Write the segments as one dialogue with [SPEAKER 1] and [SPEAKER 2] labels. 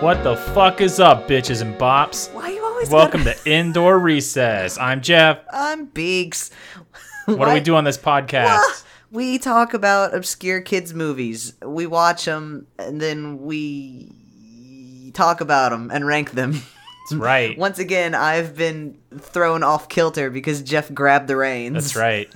[SPEAKER 1] What the fuck is up, bitches and bops?
[SPEAKER 2] Why you always
[SPEAKER 1] Welcome
[SPEAKER 2] gotta-
[SPEAKER 1] to Indoor Recess. I'm Jeff.
[SPEAKER 2] I'm Beaks.
[SPEAKER 1] What do we do on this podcast?
[SPEAKER 2] We talk about obscure kids movies. We watch them and then we talk about them and rank them.
[SPEAKER 1] That's right.
[SPEAKER 2] Once again, I've been thrown off kilter because Jeff grabbed the reins.
[SPEAKER 1] That's right.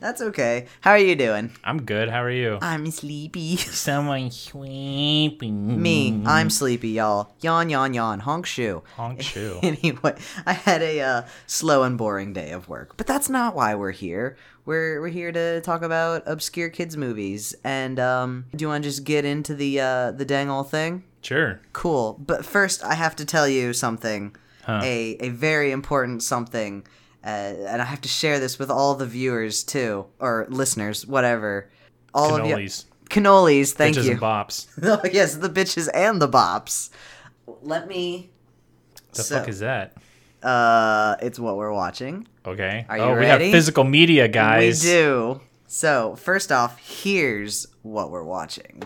[SPEAKER 2] That's okay. How are you doing?
[SPEAKER 1] I'm good. How are you?
[SPEAKER 2] I'm sleepy.
[SPEAKER 1] Someone sweeping
[SPEAKER 2] Me, I'm sleepy, y'all. Yawn, yawn, yawn. Honk shoe.
[SPEAKER 1] Honk shoe.
[SPEAKER 2] anyway, I had a uh, slow and boring day of work, but that's not why we're here. We're we're here to talk about obscure kids movies. And um, do you want to just get into the uh, the dang old thing?
[SPEAKER 1] Sure.
[SPEAKER 2] Cool. But first, I have to tell you something.
[SPEAKER 1] Huh.
[SPEAKER 2] A a very important something. Uh, and I have to share this with all the viewers too, or listeners, whatever. All of you,
[SPEAKER 1] Cannolis.
[SPEAKER 2] cannolis. Thank
[SPEAKER 1] Bitches
[SPEAKER 2] you.
[SPEAKER 1] and bops.
[SPEAKER 2] Oh yes, the bitches and the bops. Let me.
[SPEAKER 1] The
[SPEAKER 2] So,
[SPEAKER 1] fuck is that?
[SPEAKER 2] Uh, it's what we're watching.
[SPEAKER 1] Okay.
[SPEAKER 2] Are you
[SPEAKER 1] oh, we
[SPEAKER 2] ready?
[SPEAKER 1] have physical media, guys.
[SPEAKER 2] We do. So first off, here's what we're watching.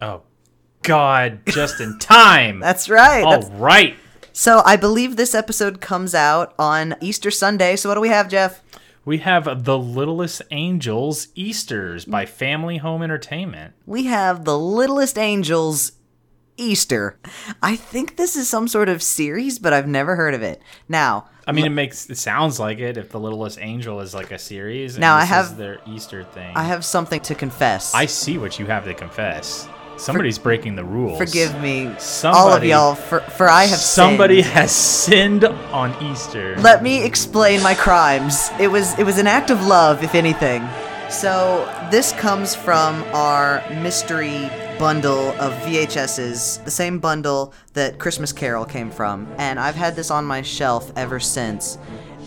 [SPEAKER 1] Oh, God. Just in time.
[SPEAKER 2] That's right.
[SPEAKER 1] All
[SPEAKER 2] that's-
[SPEAKER 1] right.
[SPEAKER 2] so I believe this episode comes out on Easter Sunday. So what do we have, Jeff?
[SPEAKER 1] We have The Littlest Angels Easters by Family Home Entertainment.
[SPEAKER 2] We have The Littlest Angels Easter. I think this is some sort of series, but I've never heard of it. Now,
[SPEAKER 1] I mean, it makes it sounds like it. If the Littlest Angel is like a series, and
[SPEAKER 2] Now, I
[SPEAKER 1] this
[SPEAKER 2] have-
[SPEAKER 1] is their Easter thing.
[SPEAKER 2] I have something to confess.
[SPEAKER 1] I see what you have to confess. Somebody's breaking the rules.
[SPEAKER 2] forgive me, all of
[SPEAKER 1] Somebody-
[SPEAKER 2] y'all, for for I have
[SPEAKER 1] Somebody
[SPEAKER 2] sinned.
[SPEAKER 1] has sinned on Easter.
[SPEAKER 2] Let me explain my crimes. It was it was an act of love, if anything. So this comes from our mystery bundle of VHSs, the same bundle that Christmas Carol came from, and I've had this on my shelf ever since.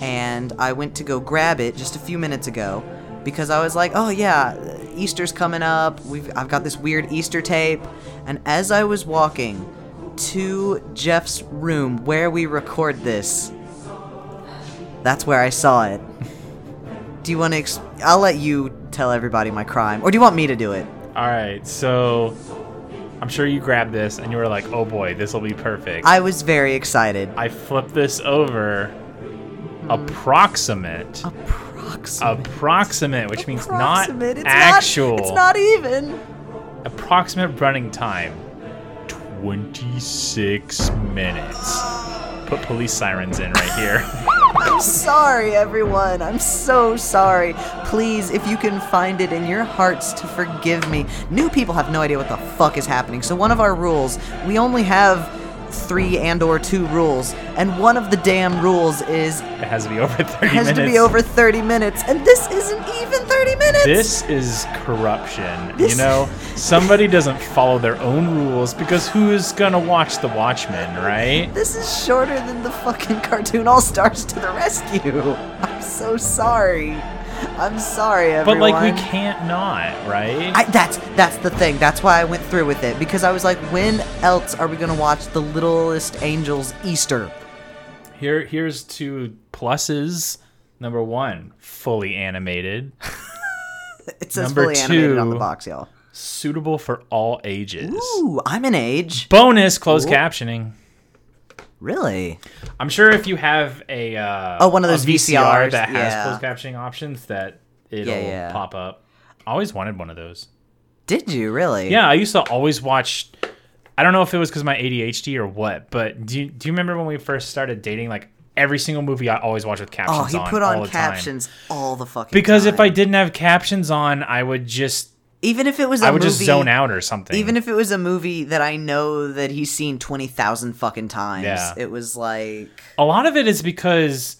[SPEAKER 2] And I went to go grab it just a few minutes ago because I was like, "Oh yeah, Easter's coming up. We've I've got this weird Easter tape." And as I was walking to Jeff's room where we record this, that's where I saw it. Do you want to? Ex- I'll let you tell everybody my crime, or do you want me to do it?
[SPEAKER 1] All right, so I'm sure you grabbed this and you were like, "Oh boy, this will be perfect."
[SPEAKER 2] I was very excited.
[SPEAKER 1] I flip this over. Approximate.
[SPEAKER 2] Approximate.
[SPEAKER 1] Approximate, Oh, which means not
[SPEAKER 2] Approximate. It's
[SPEAKER 1] actual.
[SPEAKER 2] Not, it's not even.
[SPEAKER 1] Approximate running time 26 minutes. Put police sirens in right here.
[SPEAKER 2] I'm sorry, everyone. I'm so sorry. Please, if you can find it in your hearts to forgive me. New people have no idea what the fuck is happening. So one of our rules, we only have three and or two rules, and one of the damn rules is
[SPEAKER 1] it has to be over 30
[SPEAKER 2] has
[SPEAKER 1] minutes.
[SPEAKER 2] to be over 30 minutes, and this isn't even 30 minutes.
[SPEAKER 1] This is corruption.
[SPEAKER 2] This-
[SPEAKER 1] You know, somebody doesn't follow their own rules because who's gonna watch The Watchmen, right?
[SPEAKER 2] This is shorter than the fucking cartoon All Stars to the rescue. I'm so sorry. I'm sorry,
[SPEAKER 1] But
[SPEAKER 2] everyone.
[SPEAKER 1] like, we can't not, right?
[SPEAKER 2] I, that's that's the thing. That's why I went through with it because I was like, when else are we gonna watch The Littlest Angels Easter?
[SPEAKER 1] Here, here's two pluses. Number one, fully animated,
[SPEAKER 2] It says
[SPEAKER 1] Number
[SPEAKER 2] fully animated on the
[SPEAKER 1] two.
[SPEAKER 2] box, y'all.
[SPEAKER 1] suitable for all ages.
[SPEAKER 2] Ooh, I'm an age.
[SPEAKER 1] Bonus closed captioning.
[SPEAKER 2] Really?
[SPEAKER 1] I'm sure if you have a uh,
[SPEAKER 2] Oh, one of those
[SPEAKER 1] a VCR
[SPEAKER 2] VCRs,
[SPEAKER 1] that has
[SPEAKER 2] yeah.
[SPEAKER 1] closed captioning options, that it'll
[SPEAKER 2] Yeah, yeah.
[SPEAKER 1] pop up. I always wanted one of those.
[SPEAKER 2] Did you really?
[SPEAKER 1] Yeah, I used to always watch. I don't know if it was because my ADHD or what, but do you, do you remember when we first started dating? Like every single movie, I always watched with captions
[SPEAKER 2] Oh,
[SPEAKER 1] on.
[SPEAKER 2] he put on
[SPEAKER 1] all the time.
[SPEAKER 2] captions all the fucking
[SPEAKER 1] because if I
[SPEAKER 2] time.
[SPEAKER 1] didn't have captions on, I would just
[SPEAKER 2] even if it was a
[SPEAKER 1] I would
[SPEAKER 2] movie,
[SPEAKER 1] just zone out or something.
[SPEAKER 2] Even if it was a movie that I know that he's seen 20,000 fucking times,
[SPEAKER 1] Yeah.
[SPEAKER 2] it was like,
[SPEAKER 1] a lot of it is because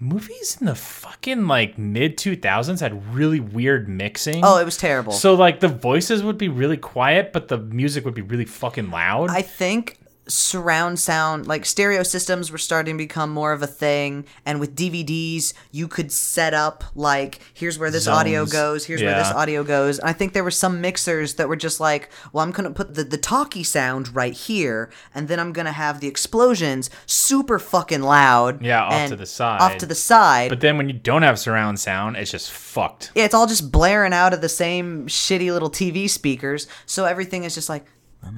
[SPEAKER 1] movies in the fucking like mid two thousands had really weird mixing.
[SPEAKER 2] oh, it was terrible.
[SPEAKER 1] So like the voices would be really quiet, but the music would be really fucking loud.
[SPEAKER 2] I think surround sound, like stereo systems were starting to become more of a thing. And with DVDs, you could set up, like, here's where this audio
[SPEAKER 1] Zones.
[SPEAKER 2] goes, here's where this
[SPEAKER 1] Yeah.
[SPEAKER 2] audio goes. And I think there were some mixers that were just like, well, I'm going to put the, the talkie sound right here, and then I'm going to have the explosions super fucking loud.
[SPEAKER 1] Yeah, off to
[SPEAKER 2] and
[SPEAKER 1] the side.
[SPEAKER 2] Off to the side.
[SPEAKER 1] but then when you don't have surround sound, it's just fucked.
[SPEAKER 2] Yeah, it's all just blaring out of the same shitty little TV speakers. So everything is just like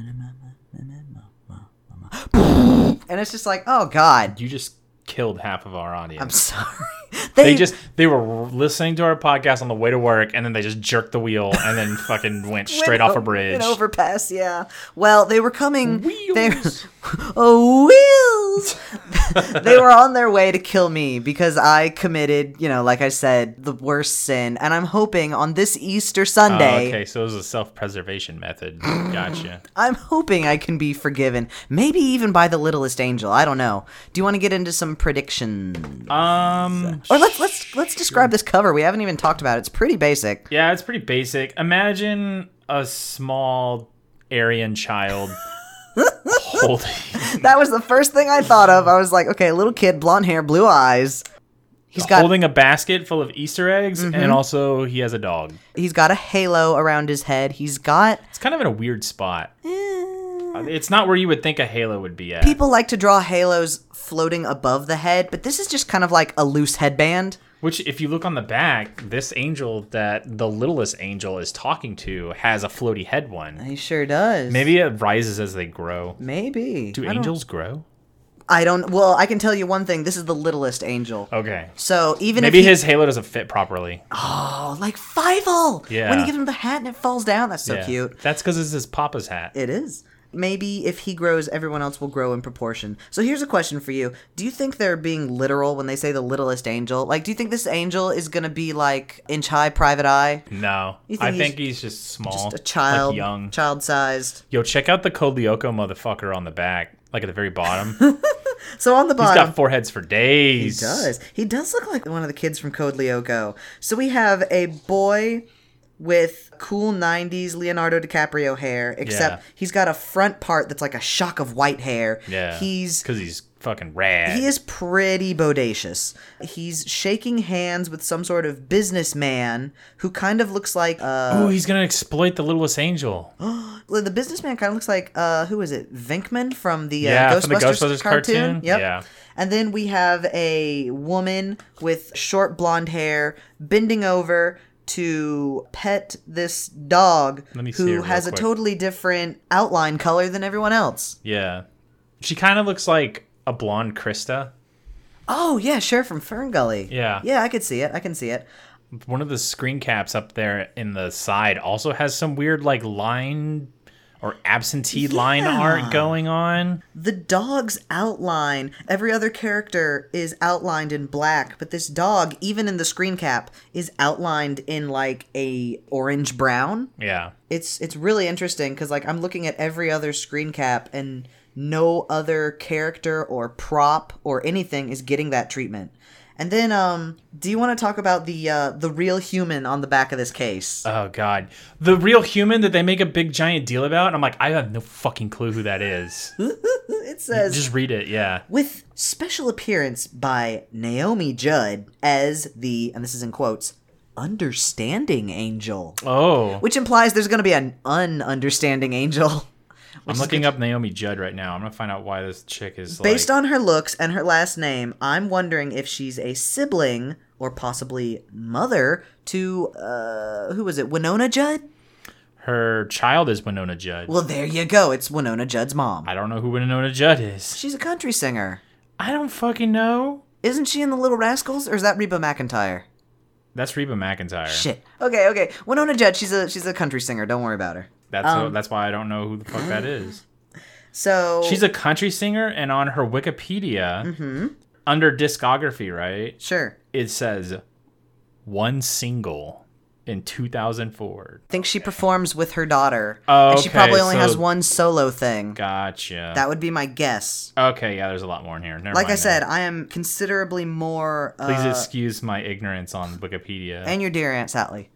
[SPEAKER 2] And it's just like, oh god,
[SPEAKER 1] You just killed half of our audience.
[SPEAKER 2] I'm sorry.
[SPEAKER 1] they just they were listening to our podcast on the way to work, and then they just jerked the wheel and then fucking went straight
[SPEAKER 2] went
[SPEAKER 1] off a
[SPEAKER 2] o-
[SPEAKER 1] bridge.
[SPEAKER 2] An overpass, yeah. Well, they were coming. They,
[SPEAKER 1] Wheels.
[SPEAKER 2] oh, wheels! they were on their way to kill me because I committed, you know, like I said, the worst sin. And I'm hoping on this Easter
[SPEAKER 1] Oh,
[SPEAKER 2] Sunday,
[SPEAKER 1] okay, so it was a self-preservation method. Gotcha.
[SPEAKER 2] I'm hoping I can be forgiven. Maybe even by the littlest angel. I don't know. Do you want to get into some predictions?
[SPEAKER 1] Um,
[SPEAKER 2] Or let's let's let's describe this cover. We haven't even talked about it. It's pretty basic.
[SPEAKER 1] yeah, it's pretty basic. Imagine a small Aryan child holding.
[SPEAKER 2] That was the first thing I thought of. I was like, okay, little kid, blonde hair, blue eyes. He's got Mm-hmm.
[SPEAKER 1] holding a basket full of Easter eggs, and also he has a dog.
[SPEAKER 2] He's got a halo around his head. He's got.
[SPEAKER 1] It's kind of in a weird spot.
[SPEAKER 2] eh,
[SPEAKER 1] It's not where you would think a halo would be at.
[SPEAKER 2] People like to draw halos floating above the head, but this is just kind of like a loose headband.
[SPEAKER 1] Which, if you look on the back, this angel that the littlest angel is talking to has a floaty head one.
[SPEAKER 2] He sure does.
[SPEAKER 1] Maybe it rises as they grow.
[SPEAKER 2] Maybe.
[SPEAKER 1] Do
[SPEAKER 2] I don't-
[SPEAKER 1] angels grow?
[SPEAKER 2] I don't. Well, I can tell you one thing. This is the littlest angel.
[SPEAKER 1] Okay.
[SPEAKER 2] So even
[SPEAKER 1] Oh. Maybe
[SPEAKER 2] if he,
[SPEAKER 1] his halo doesn't fit properly.
[SPEAKER 2] oh, like Fievel.
[SPEAKER 1] Yeah.
[SPEAKER 2] When you give him the hat and it falls down, that's so
[SPEAKER 1] Yeah.
[SPEAKER 2] cute.
[SPEAKER 1] That's because it's his papa's hat.
[SPEAKER 2] It is. Maybe if he grows, everyone else will grow in proportion. So here's a question for you. Do you think they're being literal when they say the littlest angel? Like, do you think this angel is going to be like inch high, private eye?
[SPEAKER 1] no,
[SPEAKER 2] You think
[SPEAKER 1] I
[SPEAKER 2] he's
[SPEAKER 1] think he's just small,
[SPEAKER 2] Just a child,
[SPEAKER 1] like young.
[SPEAKER 2] child sized.
[SPEAKER 1] Yo, check out the Kolioko motherfucker on the back, like at the very bottom. he's
[SPEAKER 2] So on the bottom.
[SPEAKER 1] got foreheads for
[SPEAKER 2] he
[SPEAKER 1] days.
[SPEAKER 2] does. He does look like one of the kids from Code Lyoko. So we have a boy with cool 90s Leonardo DiCaprio hair, except
[SPEAKER 1] Yeah.
[SPEAKER 2] he's got a front part that's like a shock of white hair.
[SPEAKER 1] Yeah,
[SPEAKER 2] He's
[SPEAKER 1] because he's fucking rad.
[SPEAKER 2] He is pretty bodacious. He's shaking hands with some sort of businessman who kind of looks like uh
[SPEAKER 1] Oh, he's gonna exploit the littlest angel.
[SPEAKER 2] Oh. well, the businessman kind of looks like uh who is it? Venkman from the uh,
[SPEAKER 1] Yeah,
[SPEAKER 2] Ghostbusters,
[SPEAKER 1] from the Ghostbusters
[SPEAKER 2] cartoon.
[SPEAKER 1] cartoon?
[SPEAKER 2] Yep.
[SPEAKER 1] Yeah.
[SPEAKER 2] And then we have a woman with short blonde hair bending over to pet this dog
[SPEAKER 1] Let me see her
[SPEAKER 2] who
[SPEAKER 1] real
[SPEAKER 2] has a
[SPEAKER 1] quick.
[SPEAKER 2] totally different outline color than everyone else.
[SPEAKER 1] Yeah. She kind of looks like a blonde Krista.
[SPEAKER 2] Oh, yeah, sure from Ferngully.
[SPEAKER 1] Yeah.
[SPEAKER 2] Yeah, I could see it. I can see it.
[SPEAKER 1] One of the screen caps up there in the side also has some weird like line or absentee line
[SPEAKER 2] Yeah.
[SPEAKER 1] art going on.
[SPEAKER 2] the dog's outline every other character is outlined in black but this dog even in the screen cap is outlined in like a orange brown
[SPEAKER 1] Yeah.
[SPEAKER 2] it's it's really interesting because like i'm looking at every other screen cap and no other character or prop or anything is getting that treatment and then um do you want to talk about the uh the real human on the back of this case
[SPEAKER 1] Oh god. The real human that they make a big giant deal about, and I'm like, I have no fucking clue who that is.
[SPEAKER 2] it says
[SPEAKER 1] Just read it, yeah.
[SPEAKER 2] with special appearance by Naomi Judd as the, and this is in quotes, understanding angel,
[SPEAKER 1] Oh.
[SPEAKER 2] which implies there's going to be an un-understanding angel.
[SPEAKER 1] I'm looking up Naomi Judd right now. I'm gonna find out why this chick is
[SPEAKER 2] Based
[SPEAKER 1] like,
[SPEAKER 2] on her looks and her last name, I'm wondering if she's a sibling or possibly mother to uh, who was it, Winona Judd?
[SPEAKER 1] her child is Winona Judd.
[SPEAKER 2] Well, there you go. It's Winona Judd's mom.
[SPEAKER 1] I don't know who Winona Judd is.
[SPEAKER 2] She's a country singer.
[SPEAKER 1] I don't fucking know.
[SPEAKER 2] Isn't she in The Little Rascals, or is that Reba McIntyre?
[SPEAKER 1] That's Reba McIntyre.
[SPEAKER 2] Shit. Okay, okay. Winona Judd, she's a she's a country singer. Don't worry about her.
[SPEAKER 1] That's
[SPEAKER 2] um,
[SPEAKER 1] that's why I don't know who the fuck that is.
[SPEAKER 2] So
[SPEAKER 1] She's a country singer, and on her Wikipedia,
[SPEAKER 2] Mm-hmm.
[SPEAKER 1] under discography, right,
[SPEAKER 2] sure.
[SPEAKER 1] it says one single in 2004.
[SPEAKER 2] I think she performs with her daughter.
[SPEAKER 1] Oh,
[SPEAKER 2] and she
[SPEAKER 1] okay,
[SPEAKER 2] probably only
[SPEAKER 1] so-
[SPEAKER 2] has one solo thing.
[SPEAKER 1] Gotcha.
[SPEAKER 2] That would be my guess.
[SPEAKER 1] okay, yeah, there's a lot more in here. Never
[SPEAKER 2] Like
[SPEAKER 1] mind
[SPEAKER 2] I said,
[SPEAKER 1] that.
[SPEAKER 2] I am considerably more. Uh,
[SPEAKER 1] please excuse my ignorance on Wikipedia.
[SPEAKER 2] and your dear Aunt Sally.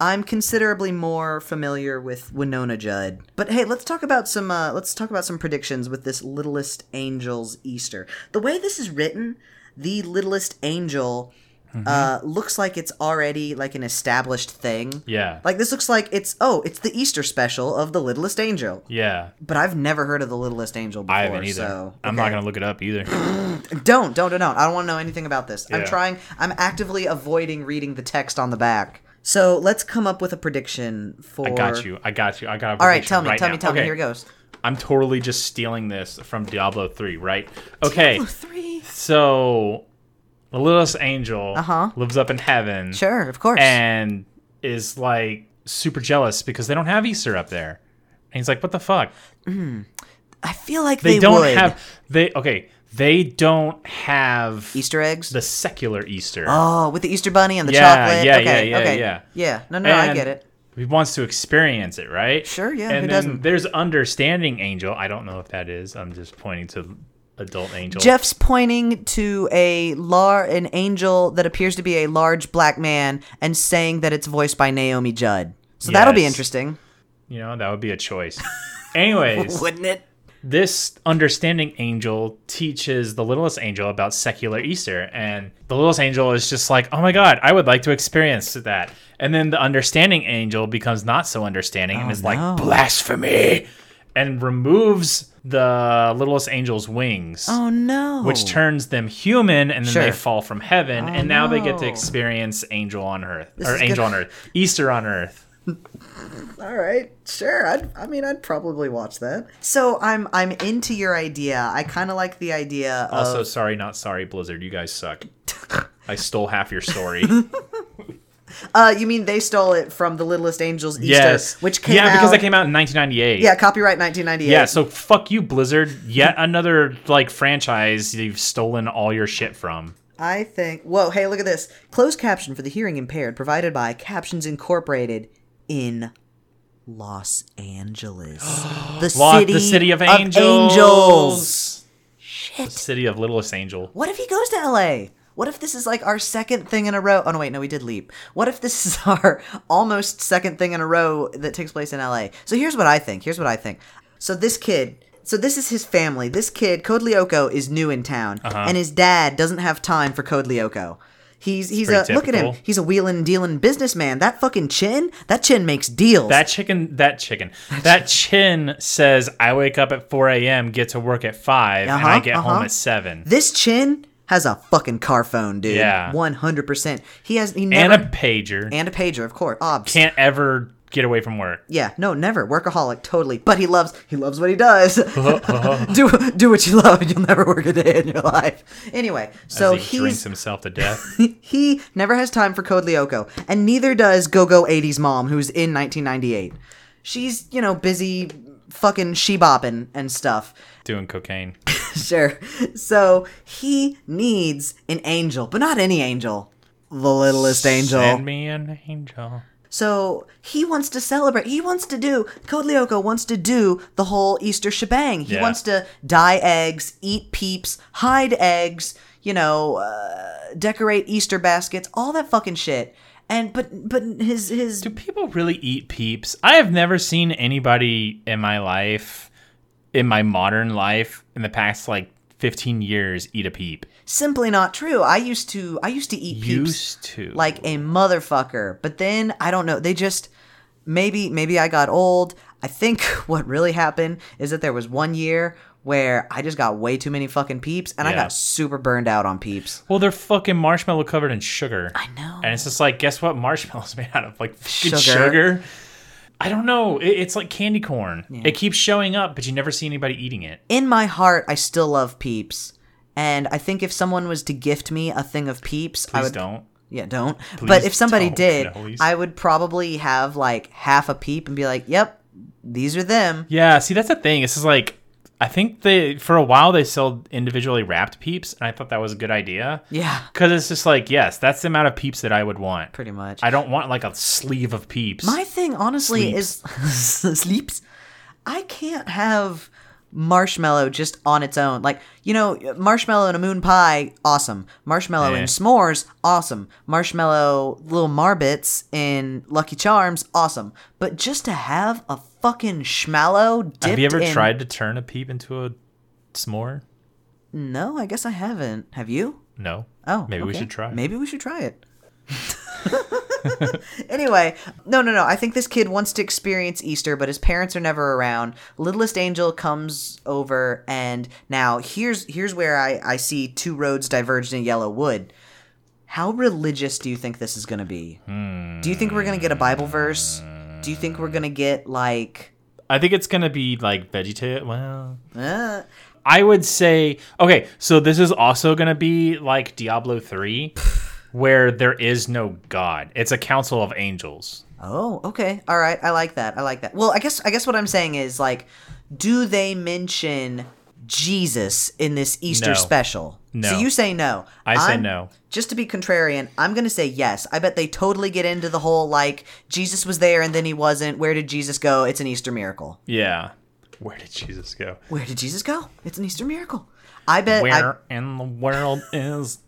[SPEAKER 2] I'm considerably more familiar with Winona Judd. But hey, let's talk about some uh, let's talk about some predictions with this Littlest Angels Easter. The way this is written, the Littlest Angel
[SPEAKER 1] Mm-hmm.
[SPEAKER 2] uh, looks like it's already like an established thing.
[SPEAKER 1] yeah,
[SPEAKER 2] Like this looks like it's oh, it's the Easter special of the Littlest Angel.
[SPEAKER 1] yeah,
[SPEAKER 2] But I've never heard of the Littlest Angel before.
[SPEAKER 1] I haven't either.
[SPEAKER 2] So
[SPEAKER 1] I'm not gonna look it up either.
[SPEAKER 2] don't don't don't don't. I don't want to know anything about this. I'm
[SPEAKER 1] Yeah.
[SPEAKER 2] trying. I'm actively avoiding reading the text on the back So let's come up with a prediction for.
[SPEAKER 1] I got you. I got you. I got. A
[SPEAKER 2] All right,
[SPEAKER 1] prediction
[SPEAKER 2] tell me, tell
[SPEAKER 1] now.
[SPEAKER 2] me, tell me.
[SPEAKER 1] Okay.
[SPEAKER 2] Here goes.
[SPEAKER 1] I'm totally just stealing this from Diablo 3, right? Okay.
[SPEAKER 2] Three.
[SPEAKER 1] So the littlest angel
[SPEAKER 2] Uh-huh.
[SPEAKER 1] lives up in heaven
[SPEAKER 2] Sure, of course.
[SPEAKER 1] and is like super jealous because they don't have Easter up there. And he's like, "What the fuck?
[SPEAKER 2] I feel like
[SPEAKER 1] They,
[SPEAKER 2] they,
[SPEAKER 1] don't
[SPEAKER 2] would.
[SPEAKER 1] have they okay, they don't have
[SPEAKER 2] Easter eggs.
[SPEAKER 1] the secular Easter.
[SPEAKER 2] oh, with the Easter bunny and the
[SPEAKER 1] Yeah,
[SPEAKER 2] chocolate.
[SPEAKER 1] yeah,
[SPEAKER 2] okay,
[SPEAKER 1] yeah, yeah,
[SPEAKER 2] okay.
[SPEAKER 1] yeah.
[SPEAKER 2] No, no, no, I
[SPEAKER 1] And
[SPEAKER 2] get it.
[SPEAKER 1] He wants to experience it, right?
[SPEAKER 2] Sure, yeah,
[SPEAKER 1] And
[SPEAKER 2] who
[SPEAKER 1] then
[SPEAKER 2] doesn't?
[SPEAKER 1] there's understanding angel. I don't know if that is. I'm just pointing to adult angel.
[SPEAKER 2] Jeff's pointing to a lar- an angel that appears to be a large black man and saying that it's voiced by Naomi Judd. So that'll be
[SPEAKER 1] Yes.
[SPEAKER 2] interesting,
[SPEAKER 1] You know, that would be a choice. Anyways,
[SPEAKER 2] wouldn't it?
[SPEAKER 1] this understanding angel teaches the littlest angel about secular Easter. And the littlest angel is just like, oh my God, I would like to experience that. And then the understanding angel becomes not so understanding and is
[SPEAKER 2] Oh, no.
[SPEAKER 1] like, blasphemy, and removes the littlest angel's wings.
[SPEAKER 2] Oh no.
[SPEAKER 1] Which turns them human, and then
[SPEAKER 2] Sure. Oh,
[SPEAKER 1] they fall from heaven, and now they get to
[SPEAKER 2] no.
[SPEAKER 1] experience angel on earth, or
[SPEAKER 2] is
[SPEAKER 1] angel
[SPEAKER 2] good.
[SPEAKER 1] on earth, Easter on earth.
[SPEAKER 2] All right, sure. I'd, I mean, I'd probably watch that. So I'm I'm into your idea. I kind of like the idea of
[SPEAKER 1] Also, sorry, not sorry, Blizzard. You guys suck. I stole half your story.
[SPEAKER 2] Uh, you mean they stole it from the Littlest Angels Easter,
[SPEAKER 1] yes,
[SPEAKER 2] which came
[SPEAKER 1] yeah,
[SPEAKER 2] out,
[SPEAKER 1] because that came out in 1998.
[SPEAKER 2] yeah, copyright 1998.
[SPEAKER 1] yeah. So fuck you, Blizzard. Yet another like franchise you've stolen all your shit from.
[SPEAKER 2] I think. Whoa, hey, look at this closed caption for the hearing impaired, provided by Captions Incorporated in Los Angeles, the
[SPEAKER 1] Lot-
[SPEAKER 2] city,
[SPEAKER 1] the city of angels. The city of littlest angel.
[SPEAKER 2] What if he goes to LA? What if this is like our second thing in a row? Oh no, wait, no, we did leap. What if this is our almost second thing in a row that takes place in LA? So here's what I think. Here's what I think. So this kid, so this is his family. This kid, Code Lyoko, is new in town,
[SPEAKER 1] Uh-huh.
[SPEAKER 2] and his dad doesn't have time for Code Lyoko. He's he's
[SPEAKER 1] Pretty
[SPEAKER 2] a look at him.
[SPEAKER 1] typical.
[SPEAKER 2] He's a wheeling dealing businessman. That fucking chin, that chin makes deals.
[SPEAKER 1] That chicken, that chicken, that chin says, I wake up at 4 a.m., get to work at 5, and I
[SPEAKER 2] Uh-huh,
[SPEAKER 1] get
[SPEAKER 2] uh-huh.
[SPEAKER 1] home at 7.
[SPEAKER 2] this chin has a fucking car phone, dude.
[SPEAKER 1] Yeah.
[SPEAKER 2] one hundred percent. He has he
[SPEAKER 1] And
[SPEAKER 2] never
[SPEAKER 1] a pager.
[SPEAKER 2] and a pager, of course. Obs.
[SPEAKER 1] Can't ever get away from work.
[SPEAKER 2] Yeah, no, never. Workaholic, totally. But he loves he loves what he does.
[SPEAKER 1] Uh-huh,
[SPEAKER 2] do do what you love and you'll never work a day in your life. Anyway, so
[SPEAKER 1] as he drinks
[SPEAKER 2] he's
[SPEAKER 1] himself to death.
[SPEAKER 2] he never has time for Code Lyoko, and neither does Go-Go 80's mom, who's in 1998. She's, you know, busy fucking she-bopping and stuff.
[SPEAKER 1] doing cocaine.
[SPEAKER 2] sure. So he needs an angel, but not any angel. The littlest angel.
[SPEAKER 1] Send me an angel.
[SPEAKER 2] So he wants to celebrate. He wants to do. Code Lyoko wants to do the whole Easter shebang. He
[SPEAKER 1] Yeah.
[SPEAKER 2] wants to dye eggs, eat peeps, hide eggs. You know, uh, decorate Easter baskets, all that fucking shit. And but but his his
[SPEAKER 1] Do people really eat peeps? I have never seen anybody in my life, in my modern life, in the past like 15 years, eat a peep.
[SPEAKER 2] simply not true. I used to I used to eat peeps
[SPEAKER 1] Used to.
[SPEAKER 2] like a motherfucker. But then I don't know. They just maybe maybe I got old. I think what really happened is that there was one year where I just got way too many fucking peeps and I
[SPEAKER 1] Yeah.
[SPEAKER 2] got super burned out on peeps.
[SPEAKER 1] Well, they're fucking marshmallow covered in sugar. I
[SPEAKER 2] know.
[SPEAKER 1] And it's just like, guess what? Marshmallow's made out of like fucking
[SPEAKER 2] Sugar.
[SPEAKER 1] sugar. I don't know. It, it's like candy corn. It keeps showing up, but you never see anybody eating it.
[SPEAKER 2] In my heart, I still love peeps. And I think if someone was to gift me a thing of peeps, I
[SPEAKER 1] Please
[SPEAKER 2] would
[SPEAKER 1] don't.
[SPEAKER 2] Yeah, don't. but if somebody
[SPEAKER 1] don't,
[SPEAKER 2] did,
[SPEAKER 1] please.
[SPEAKER 2] I would probably have like half a peep and be like, "Yep, these are them."
[SPEAKER 1] Yeah, see, that's the thing. This is like, I think they for a while they sold individually wrapped peeps, and I thought that was a good idea.
[SPEAKER 2] Yeah,
[SPEAKER 1] Because it's just like, yes, that's the amount of peeps that I would want.
[SPEAKER 2] pretty much.
[SPEAKER 1] I don't want like a sleeve of peeps.
[SPEAKER 2] My thing, honestly, is sleeps. I can't have marshmallow just on its own. Like you know, marshmallow and a moon pie, awesome. Marshmallow
[SPEAKER 1] Eh.
[SPEAKER 2] and s'mores, awesome. Marshmallow little marbits in Lucky Charms, awesome. But just to have a fucking schmallow dipped
[SPEAKER 1] Have you ever
[SPEAKER 2] in-
[SPEAKER 1] tried to turn a peep into a s'more?
[SPEAKER 2] No, I guess I haven't. Have you?
[SPEAKER 1] No.
[SPEAKER 2] Oh,
[SPEAKER 1] maybe we
[SPEAKER 2] okay.
[SPEAKER 1] should try.
[SPEAKER 2] Maybe we should try it. anyway, no, no, no. I think this kid wants to experience Easter, but his parents are never around. Littlest Angel comes over, and now here's here's where I I see two roads diverged in Yellow Wood. How religious do you think this is going to be? Do you think we're going to get a Bible verse? Do you think we're going to get like
[SPEAKER 1] I think it's gonna be like vegetarian. Well,
[SPEAKER 2] uh,
[SPEAKER 1] I would say okay. So this is also gonna be like Diablo three, where there is no god. It's a council of angels.
[SPEAKER 2] Oh, okay. All right. I like that. I like that. Well, I guess I guess what I'm saying is like do they mention Jesus in this Easter
[SPEAKER 1] No.
[SPEAKER 2] special?
[SPEAKER 1] No.
[SPEAKER 2] So you say no.
[SPEAKER 1] I say
[SPEAKER 2] I'm-
[SPEAKER 1] no.
[SPEAKER 2] Just to be contrarian, I'm going to say yes. I bet they totally get into the whole like Jesus was there and then he wasn't. Where did Jesus go? It's an Easter miracle.
[SPEAKER 1] Yeah. Where did Jesus go?
[SPEAKER 2] Where did Jesus go? It's an Easter miracle. I bet I-
[SPEAKER 1] Where in the world is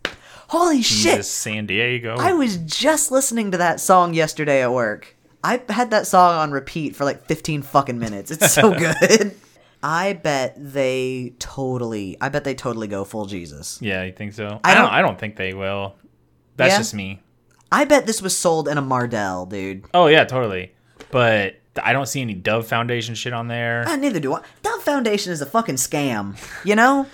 [SPEAKER 2] Holy shit.
[SPEAKER 1] Jesus San Diego?
[SPEAKER 2] I was just listening to that song yesterday at work. I had that song on repeat for like 15 fucking minutes. It's so good. I bet they totally I bet they totally go full Jesus.
[SPEAKER 1] yeah, you think so?
[SPEAKER 2] I
[SPEAKER 1] I don't.
[SPEAKER 2] don't-
[SPEAKER 1] I don't think they will. That's
[SPEAKER 2] Yeah?
[SPEAKER 1] just me.
[SPEAKER 2] I bet this was sold in a Mardell, dude.
[SPEAKER 1] Oh yeah, totally. But I don't see any Dove Foundation shit on there.
[SPEAKER 2] Ah, neither do I. Dove Foundation is a fucking scam, you know?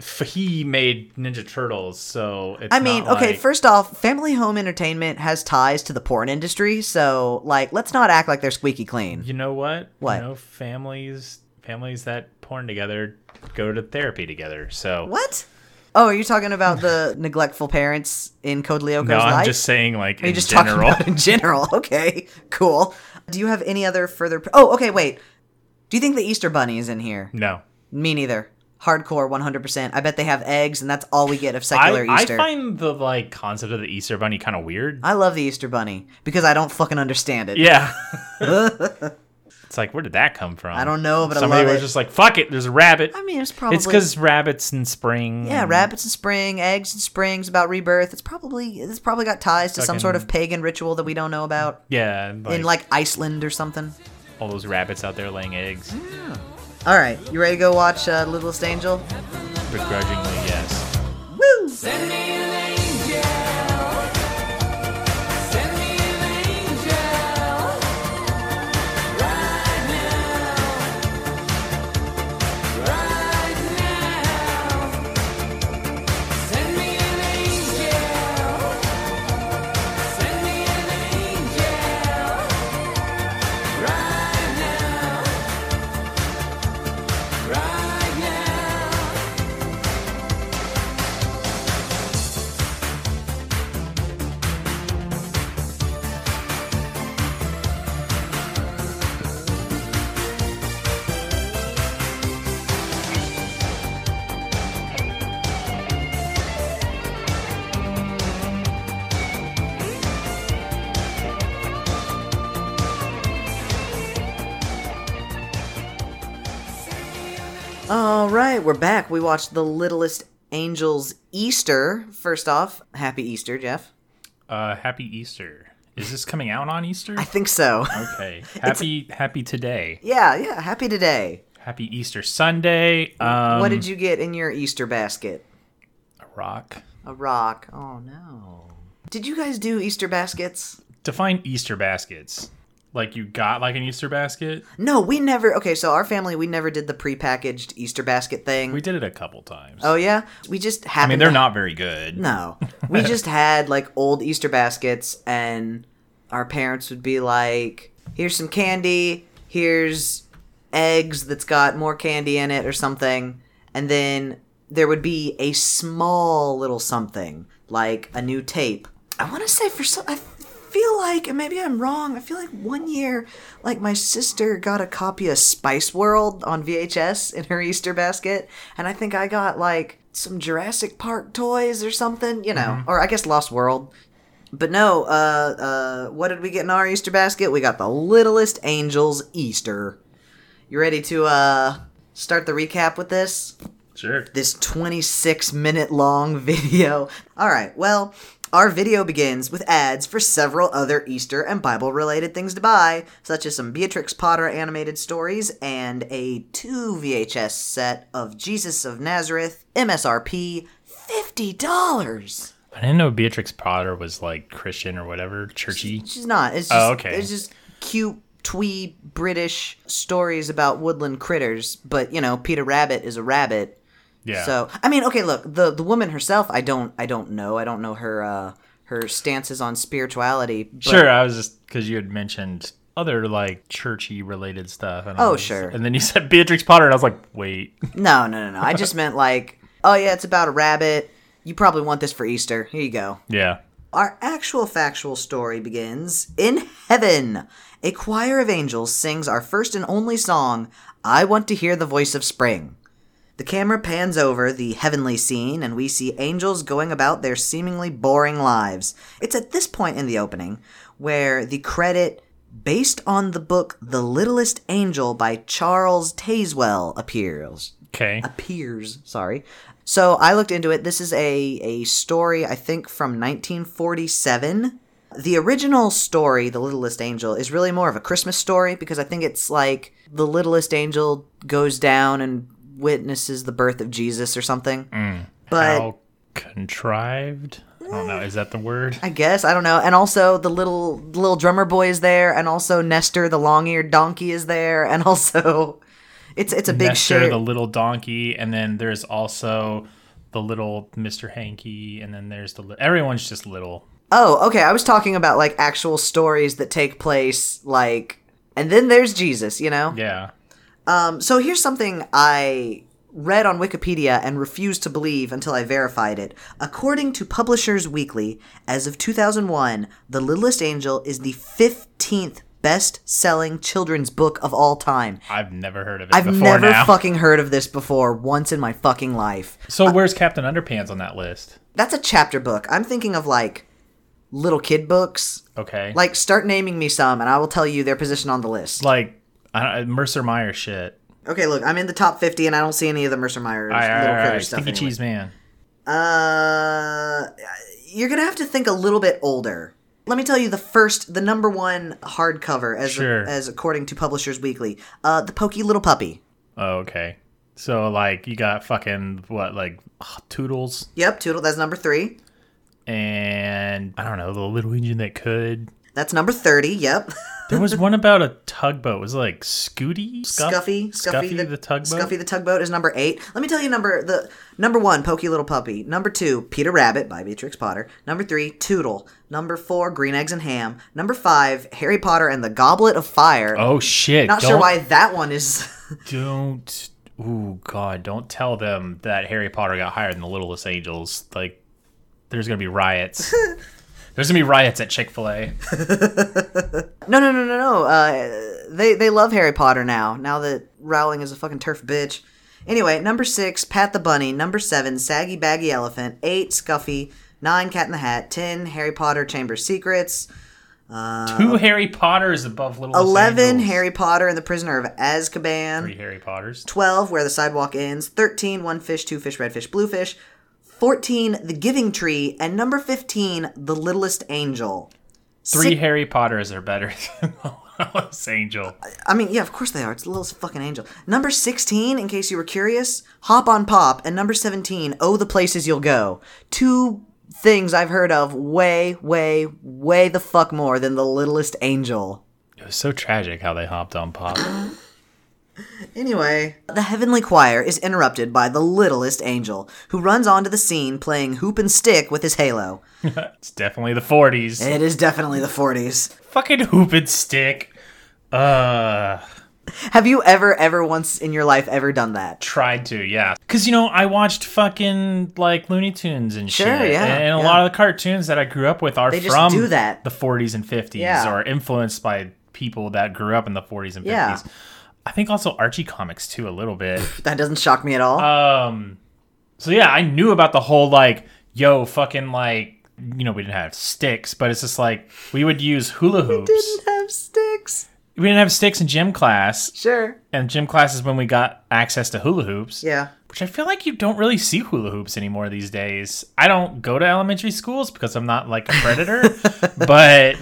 [SPEAKER 1] F- He made Ninja Turtles, so it's
[SPEAKER 2] I mean,
[SPEAKER 1] not
[SPEAKER 2] okay,
[SPEAKER 1] like-
[SPEAKER 2] first off, Family Home Entertainment has ties to the porn industry, so like let's not act like they're squeaky clean.
[SPEAKER 1] You know what?
[SPEAKER 2] What?
[SPEAKER 1] You know, families families that porn together go to therapy together. So
[SPEAKER 2] What? Oh, are you talking about the neglectful parents in Code Lyoko?
[SPEAKER 1] no, I'm
[SPEAKER 2] life?
[SPEAKER 1] just saying like
[SPEAKER 2] Are
[SPEAKER 1] in
[SPEAKER 2] you just talking
[SPEAKER 1] general.
[SPEAKER 2] about in general? Okay, cool. Do you have any other further? Oh, okay, wait. Do you think the Easter Bunny is in here?
[SPEAKER 1] no.
[SPEAKER 2] Me neither. Hardcore, one hundred percent. I bet they have eggs, and that's all we get of secular
[SPEAKER 1] I, I
[SPEAKER 2] Easter. I,
[SPEAKER 1] find the like concept of the Easter bunny kind of weird.
[SPEAKER 2] love the Easter Bunny because I don't fucking understand it.
[SPEAKER 1] yeah. it's like where did that come from?
[SPEAKER 2] I don't know, but I
[SPEAKER 1] Somebody
[SPEAKER 2] love
[SPEAKER 1] was
[SPEAKER 2] it.
[SPEAKER 1] just like, "Fuck it, there's a rabbit."
[SPEAKER 2] I mean, it's probably
[SPEAKER 1] It's Mm. because rabbits in spring.
[SPEAKER 2] yeah,
[SPEAKER 1] and-
[SPEAKER 2] rabbits in spring, eggs in springs about rebirth. It's probably it's probably got ties to some sort of
[SPEAKER 1] Fucking-
[SPEAKER 2] pagan ritual that we don't know about
[SPEAKER 1] Yeah, and, like,
[SPEAKER 2] in like Iceland or something.
[SPEAKER 1] all those rabbits out there laying eggs.
[SPEAKER 2] All right, you ready to go watch uh, Littlest Angel?
[SPEAKER 1] Begrudgingly, yes.
[SPEAKER 2] Woo!
[SPEAKER 3] Send me an angel. Send me an angel. Right now. Right now. Send me an angel. Send me an angel. Right now. Right now.
[SPEAKER 2] All right, we're back. We watched The Littlest Angels Easter. First off, happy Easter, Jeff.
[SPEAKER 1] Uh, happy Easter. Is this coming out on Easter?
[SPEAKER 2] I think so.
[SPEAKER 1] Okay. Happy happy today.
[SPEAKER 2] yeah, yeah, happy today.
[SPEAKER 1] Happy Easter Sunday. Um,
[SPEAKER 2] what did you get in your Easter basket?
[SPEAKER 1] rock?
[SPEAKER 2] A rock. Oh no. Did you guys do Easter baskets?
[SPEAKER 1] Define Easter baskets. Like you got like an Easter basket.
[SPEAKER 2] No, we never. Okay, so our family we never did the prepackaged Easter basket thing.
[SPEAKER 1] We did it a couple times.
[SPEAKER 2] oh yeah, we just
[SPEAKER 1] I
[SPEAKER 2] happened.
[SPEAKER 1] mean, they're
[SPEAKER 2] to-
[SPEAKER 1] not very good.
[SPEAKER 2] No. We just had like old Easter baskets and our parents would be like, here's some candy, here's eggs that's got more candy in it or something. And then there would be a small little something like a new tape. I want to say for some I feel like and maybe I'm wrong. I feel like one year like my sister got a copy of Spice World on VHS in her Easter basket and I think I got like some Jurassic Park toys or something, you know, or I guess Lost World. But no, uh uh what did we get in our Easter basket? We got the Littlest Angels Easter. You ready to uh start the recap with this?
[SPEAKER 1] Sure.
[SPEAKER 2] this 26 minute long video. All right, well, our video begins with ads for several other Easter and Bible related things to buy, such as some Beatrix Potter animated stories and a two VHS set of Jesus of Nazareth, MSRP $50.
[SPEAKER 1] I didn't know Beatrix Potter was like Christian or whatever, churchy.
[SPEAKER 2] She's not. It's just,
[SPEAKER 1] Oh, okay.
[SPEAKER 2] It's just cute, twee British stories about woodland critters, but you know, Peter Rabbit is a rabbit.
[SPEAKER 1] Yeah.
[SPEAKER 2] So I mean, okay, look, the the woman herself, I don't I don't know. I don't know her uh her stances on spirituality. But
[SPEAKER 1] sure, I was just because you had mentioned other like churchy related stuff. And I
[SPEAKER 2] Oh,
[SPEAKER 1] was-
[SPEAKER 2] sure.
[SPEAKER 1] And then you said Beatrix Potter, and I was like, wait,
[SPEAKER 2] No, no, no, no. I just meant like, oh yeah, it's about a rabbit. You probably want this for Easter. Here you go.
[SPEAKER 1] yeah,
[SPEAKER 2] Our actual factual story begins in heaven. A choir of angels sings our first and only song, I Want to Hear the Voice of Spring. The camera pans over the heavenly scene, and we see angels going about their seemingly boring lives. It's at this point in the opening where the credit, based on the book The Littlest Angel by Charles Tazewell, appears
[SPEAKER 1] okay,
[SPEAKER 2] appears. Sorry. So I looked into it. This is a a story I think from 1947. The original story, The Littlest Angel, is really more of a Christmas story because I think it's like the littlest angel goes down and witnesses the birth of Jesus or something. But
[SPEAKER 1] Mm. how contrived? I don't know. Is that the word?
[SPEAKER 2] I guess I don't know. And also the little little drummer boy is there, and also Nestor the long-eared donkey is there, and also it's it's a big
[SPEAKER 1] Nestor,
[SPEAKER 2] shit.
[SPEAKER 1] the little donkey, and then there's also the little Mr. Hanky, and then there's the li- everyone's just little.
[SPEAKER 2] Oh, okay. I was talking about like actual stories that take place, like, and then there's Jesus, you know?
[SPEAKER 1] Yeah,
[SPEAKER 2] Um, so here's something I read on Wikipedia and refused to believe until I verified it. According to Publishers Weekly, as of 2001, The Littlest Angel is the 15th best selling children's book of all time.
[SPEAKER 1] I've never heard of it
[SPEAKER 2] I've
[SPEAKER 1] before
[SPEAKER 2] never
[SPEAKER 1] now.
[SPEAKER 2] fucking heard of this before once in my fucking life.
[SPEAKER 1] so where's Captain Underpants on that list?
[SPEAKER 2] That's a chapter book. I'm thinking of like little kid books.
[SPEAKER 1] Okay,
[SPEAKER 2] Like, start naming me some, and I will tell you their position on the list.
[SPEAKER 1] like I don't, Mercer Meyer shit.
[SPEAKER 2] Okay, look, I'm in the top 50, and I don't see any of the Mercer Myers
[SPEAKER 1] All right, all right,
[SPEAKER 2] Little
[SPEAKER 1] all
[SPEAKER 2] Critter
[SPEAKER 1] right.
[SPEAKER 2] stuff.
[SPEAKER 1] Stinky
[SPEAKER 2] anyway.
[SPEAKER 1] Cheese Man.
[SPEAKER 2] Uh, you're gonna have to think a little bit older. Let me tell you the first, the number one hardcover, as
[SPEAKER 1] Sure.
[SPEAKER 2] as according to Publishers Weekly, uh, the Pokey Little Puppy.
[SPEAKER 1] Oh, okay. So like you got fucking what like ugh, Toodles
[SPEAKER 2] Yep, Toodle. That's number three.
[SPEAKER 1] and I don't know the little engine that could.
[SPEAKER 2] That's number thirty. Yep.
[SPEAKER 1] There was one about a tugboat. Was it like Scooty, Scuff-
[SPEAKER 2] Scuffy, Scuffy,
[SPEAKER 1] Scuffy the, tugboat.
[SPEAKER 2] Scuffy the tugboat is number eight. Let me tell you number the number one, Pokey Little Puppy. Number two, Peter Rabbit by Beatrix Potter. Number three, Toodle. Number four, Green Eggs and Ham. Number five, Harry Potter and the Goblet of Fire.
[SPEAKER 1] oh shit!
[SPEAKER 2] Not
[SPEAKER 1] don't,
[SPEAKER 2] sure why that one is.
[SPEAKER 1] Don't. Ooh God! Don't tell them that Harry Potter got higher than the Littlest Angels. Like, there's gonna be riots. there's gonna be riots at Chick Fil A.
[SPEAKER 2] no, no, no, no, no. Uh, they they love Harry Potter now. Now that Rowling is a fucking turf bitch. Anyway, number six, Pat the Bunny. Number seven, Saggy Baggy Elephant. Eight, Scuffy. Nine, Cat in the Hat. Ten, Harry Potter Chamber of Secrets. Uh,
[SPEAKER 1] Two Harry Potters above Littlest
[SPEAKER 2] 11
[SPEAKER 1] Angels.
[SPEAKER 2] harry potter and the prisoner of azkaban
[SPEAKER 1] Three Harry Potters.
[SPEAKER 2] 12 where the sidewalk ends 13 one fish two fish red fish blue fish 14 the giving tree and number 15 the littlest angel
[SPEAKER 1] Three
[SPEAKER 2] Six-
[SPEAKER 1] Harry Potters are better than the Littlest Angel.
[SPEAKER 2] i mean yeah of course they are it's the littlest fucking angel number 16 in case you were curious hop on pop and number 17 oh the places you'll go two things i've heard of way way way the fuck more than the littlest angel
[SPEAKER 1] It was so tragic how they hopped on pop.
[SPEAKER 2] Anyway, the heavenly choir is interrupted by the littlest angel, who runs onto the scene playing hoop and stick with his halo.
[SPEAKER 1] it's definitely the 40s.
[SPEAKER 2] It is definitely the 40s.
[SPEAKER 1] Fucking hoop and stick. Uh,
[SPEAKER 2] Have you ever, ever once in your life ever done that?
[SPEAKER 1] tried to, yeah. Because, you know, I watched fucking, like, Looney Tunes and
[SPEAKER 2] Sure,
[SPEAKER 1] shit.
[SPEAKER 2] yeah,
[SPEAKER 1] And, a
[SPEAKER 2] yeah.
[SPEAKER 1] lot of the cartoons that I grew up with are
[SPEAKER 2] They just
[SPEAKER 1] from
[SPEAKER 2] do that.
[SPEAKER 1] the 40s and 50s
[SPEAKER 2] Yeah.
[SPEAKER 1] or influenced by people that grew up in the 40s and 50s.
[SPEAKER 2] Yeah.
[SPEAKER 1] I think also Archie comics, too, a little bit.
[SPEAKER 2] That doesn't shock me at all.
[SPEAKER 1] Um, so yeah, I knew about the whole like, yo, fucking like, you know, we didn't have sticks, but it's just like we would use hula hoops. We didn't,
[SPEAKER 2] Didn't have sticks.
[SPEAKER 1] have sticks in gym class,
[SPEAKER 2] Sure.
[SPEAKER 1] and gym class is when we got access to hula hoops.
[SPEAKER 2] Yeah.
[SPEAKER 1] Which I feel like you don't really see hula hoops anymore these days. I don't go to elementary schools because I'm not like a predator, but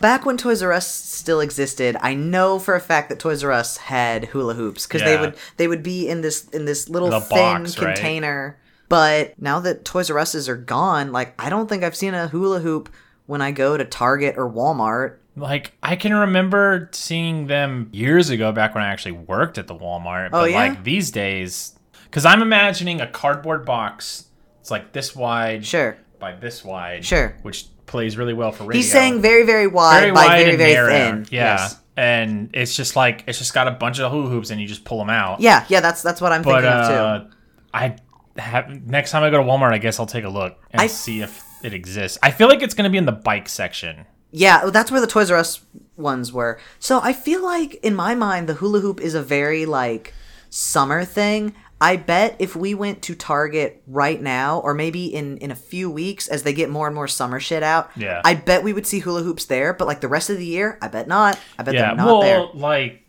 [SPEAKER 2] Back when Toys R Us still existed, I know for a fact that Toys R Us had hula hoops because they
[SPEAKER 1] Yeah.
[SPEAKER 2] would they would be in this in this little
[SPEAKER 1] The
[SPEAKER 2] thin
[SPEAKER 1] box, right?
[SPEAKER 2] container. But now that Toys R Us's are gone, like I don't think I've seen a hula hoop when I go to Target or Walmart.
[SPEAKER 1] Like I can remember seeing them years ago, back when I actually worked at the Walmart. But
[SPEAKER 2] Oh, yeah?
[SPEAKER 1] like these days, because I'm imagining a cardboard box. It's like this wide
[SPEAKER 2] Sure.
[SPEAKER 1] by this wide.
[SPEAKER 2] Sure.
[SPEAKER 1] Which plays really well for radio.
[SPEAKER 2] He's saying very, very wide by very, very thin.
[SPEAKER 1] Yeah.
[SPEAKER 2] Yes.
[SPEAKER 1] And it's just like it's just got a bunch of hula hoops and you just pull them out.
[SPEAKER 2] Yeah, yeah, that's that's what I'm
[SPEAKER 1] But
[SPEAKER 2] thinking of
[SPEAKER 1] uh,
[SPEAKER 2] too.
[SPEAKER 1] I have next time I go to Walmart, I guess I'll take a look and
[SPEAKER 2] I-
[SPEAKER 1] see if it exists. I feel like it's gonna be in the bike section.
[SPEAKER 2] Yeah, well, that's where the Toys R Us ones were. So I feel like in my mind the hula hoop is a very like summer thing. I bet if we went to Target right now or maybe in in a few weeks as they get more and more summer shit out,
[SPEAKER 1] Yeah.
[SPEAKER 2] I bet we would see hula hoops there, but like the rest of the year, I bet not. I bet
[SPEAKER 1] Yeah.
[SPEAKER 2] they're not
[SPEAKER 1] Well,
[SPEAKER 2] there.
[SPEAKER 1] like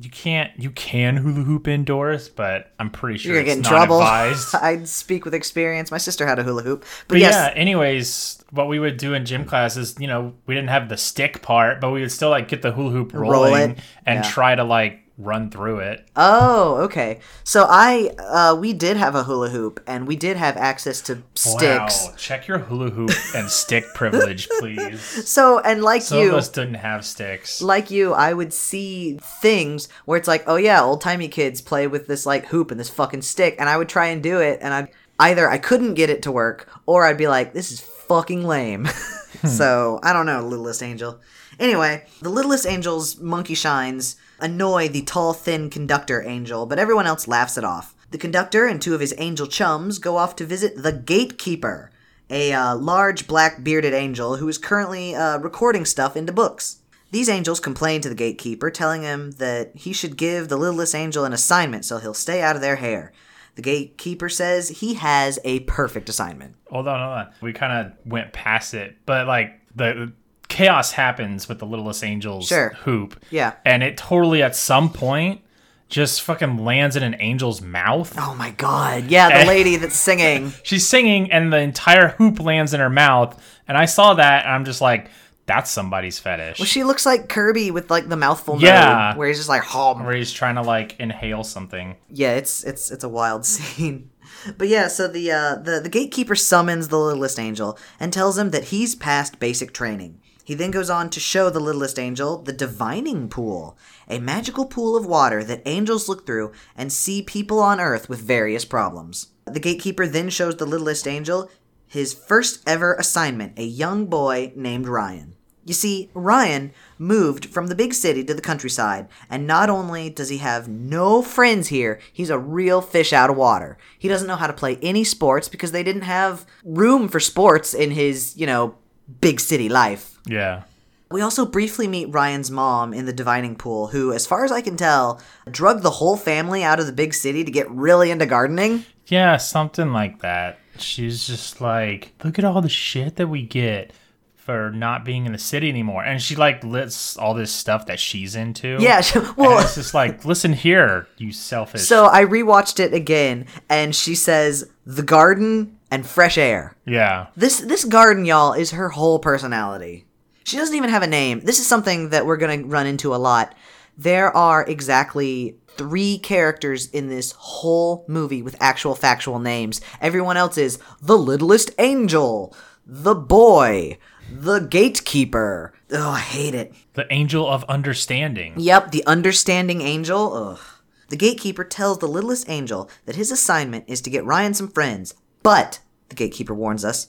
[SPEAKER 1] you can't you can hula hoop indoors, but I'm pretty sure
[SPEAKER 2] You're gonna
[SPEAKER 1] it's
[SPEAKER 2] get in
[SPEAKER 1] not
[SPEAKER 2] trouble.
[SPEAKER 1] advised.
[SPEAKER 2] I'd speak with experience. My sister had a hula hoop. But,
[SPEAKER 1] But
[SPEAKER 2] yes,
[SPEAKER 1] yeah, anyways, what we would do in gym class is, you know, we didn't have the stick part, but we would still like get the hula hoop
[SPEAKER 2] Roll
[SPEAKER 1] rolling
[SPEAKER 2] it.
[SPEAKER 1] and
[SPEAKER 2] Yeah.
[SPEAKER 1] try to like run through it.
[SPEAKER 2] Oh, okay. So I, uh, we did have a hula hoop, and we did have access to sticks.
[SPEAKER 1] Wow. Check your hula hoop and stick privilege, please.
[SPEAKER 2] So, and like
[SPEAKER 1] Some
[SPEAKER 2] you,
[SPEAKER 1] of us didn't have sticks.
[SPEAKER 2] like you, I would see things where it's like, oh yeah, old timey kids play with this like hoop and this fucking stick, and I would try and do it, and I either I couldn't get it to work, or I'd be like, this is fucking lame. so I don't know, Littlest Angel. Anyway, the Littlest Angel's monkey shines annoy the tall, thin conductor angel, but everyone else laughs it off. The conductor and two of his angel chums go off to visit the gatekeeper, a uh, large black bearded angel who is currently uh, recording stuff into books. These angels complain to the gatekeeper, telling him that he should give the littlest angel an assignment so he'll stay out of their hair. The gatekeeper says he has a perfect assignment.
[SPEAKER 1] Hold on, hold on. We kind of went past it, but like the chaos happens with the Littlest Angels
[SPEAKER 2] Sure.
[SPEAKER 1] hoop.
[SPEAKER 2] Yeah.
[SPEAKER 1] And it totally at some point just fucking lands in an angel's mouth.
[SPEAKER 2] Oh my god, yeah, the lady that's singing.
[SPEAKER 1] She's singing and the entire hoop lands in her mouth. And I saw that and I'm just like, that's somebody's fetish.
[SPEAKER 2] She looks like Kirby with like the mouthful
[SPEAKER 1] Yeah.
[SPEAKER 2] mode, where he's just like, "Hom."
[SPEAKER 1] Where he's trying to like inhale something.
[SPEAKER 2] yeah, it's it's it's a wild scene. But yeah, so the uh, the the gatekeeper summons the littlest angel and tells him that he's passed basic training. He then goes on to show the littlest angel the divining pool, a magical pool of water that angels look through and see people on earth with various problems. The gatekeeper then shows the littlest angel his first ever assignment, a young boy named Ryan. You see, Ryan moved from the big city to the countryside, and not only does he have no friends here, he's a real fish out of water. He doesn't know how to play any sports because they didn't have room for sports in his, you know, big city life.
[SPEAKER 1] Yeah.
[SPEAKER 2] We also briefly meet Ryan's mom in the divining pool, who, as far as I can tell, drugged the whole family out of the big city to get really into gardening.
[SPEAKER 1] Yeah, something like that. She's just like, look at all the shit that we get for not being in the city anymore. And she like lists all this stuff that she's into.
[SPEAKER 2] Yeah, she-
[SPEAKER 1] Well,
[SPEAKER 2] well-
[SPEAKER 1] it's just like, listen here, you selfish.
[SPEAKER 2] So I rewatched it again, and she says, the garden and fresh air.
[SPEAKER 1] yeah.
[SPEAKER 2] This this garden, y'all, is her whole personality. She doesn't even have a name. This is something that we're gonna run into a lot. There are exactly three characters in this whole movie with actual factual names. Everyone else is the littlest angel, the boy, the gatekeeper. Oh, I hate it.
[SPEAKER 1] The angel of understanding.
[SPEAKER 2] Yep, the understanding angel. Ugh. The gatekeeper tells the littlest angel that his assignment is to get Ryan some friends, but, the gatekeeper warns us,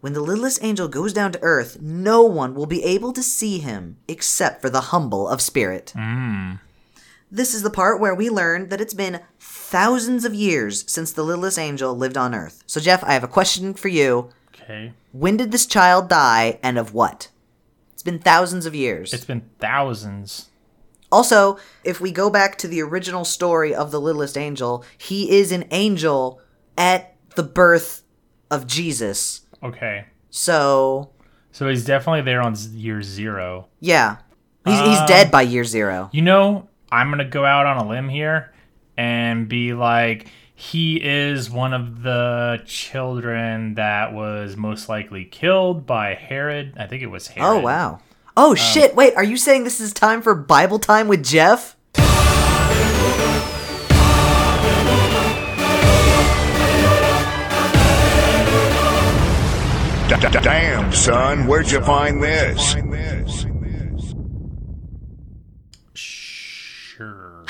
[SPEAKER 2] when the littlest angel goes down to earth, no one will be able to see him except for the humble of spirit. This is the part where we learn that it's been thousands of years since the littlest angel lived on earth. So, Jeff, I have a question for you.
[SPEAKER 1] Okay.
[SPEAKER 2] When did this child die and of what? It's been thousands of years.
[SPEAKER 1] It's been thousands.
[SPEAKER 2] Also, if we go back to the original story of the littlest angel, he is an angel at the birth of Jesus.
[SPEAKER 1] Okay.
[SPEAKER 2] So,
[SPEAKER 1] So he's definitely there on z- year zero.
[SPEAKER 2] yeah. He's, he's dead by year zero.
[SPEAKER 1] You know, I'm going to go out on a limb here and be like, he is one of the children that was most likely killed by Herod. I think it was Herod.
[SPEAKER 2] Oh, wow. Oh, shit. Wait, are you saying this is time for Bible time with Jeff?
[SPEAKER 4] D- d- Damn, son, where'd you find this?
[SPEAKER 1] Sure.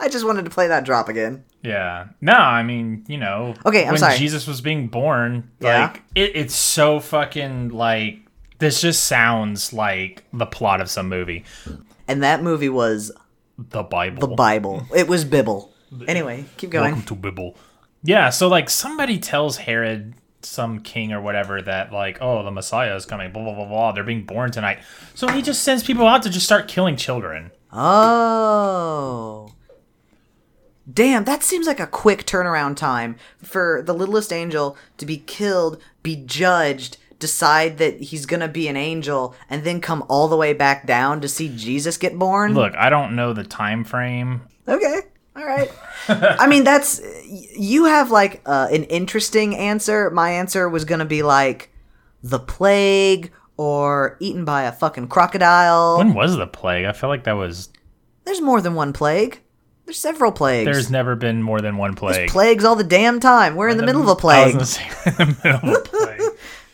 [SPEAKER 2] I just wanted to play that drop again.
[SPEAKER 1] Yeah. No, I mean, you know,
[SPEAKER 2] Okay, I'm
[SPEAKER 1] when
[SPEAKER 2] sorry.
[SPEAKER 1] Jesus was being born,
[SPEAKER 2] Yeah.
[SPEAKER 1] like it, it's so fucking like this just sounds like the plot of some movie.
[SPEAKER 2] And that movie was
[SPEAKER 1] The Bible.
[SPEAKER 2] the Bible. It was Bibble. Anyway, keep going.
[SPEAKER 1] Welcome to Bibble. Yeah, so like somebody tells Herod, some king or whatever, that like, oh, the Messiah is coming, blah blah blah blah. They're being born tonight. So he just sends people out to just start killing children.
[SPEAKER 2] Oh. Damn, that seems like a quick turnaround time for the littlest angel to be killed, be judged, decide that he's gonna be an angel, and then come all the way back down to see Jesus get born.
[SPEAKER 1] Look, I don't know the time frame.
[SPEAKER 2] Okay. All right. I mean, that's you have like uh, an interesting answer. My answer was gonna be like the plague or eaten by a fucking crocodile.
[SPEAKER 1] When was the plague? I feel like that was
[SPEAKER 2] There's more than one plague. There's several plagues.
[SPEAKER 1] there's never been more than one plague.
[SPEAKER 2] plagues all the damn time. We're in the middle of a plague.
[SPEAKER 1] I was gonna say, in the middle of a plague.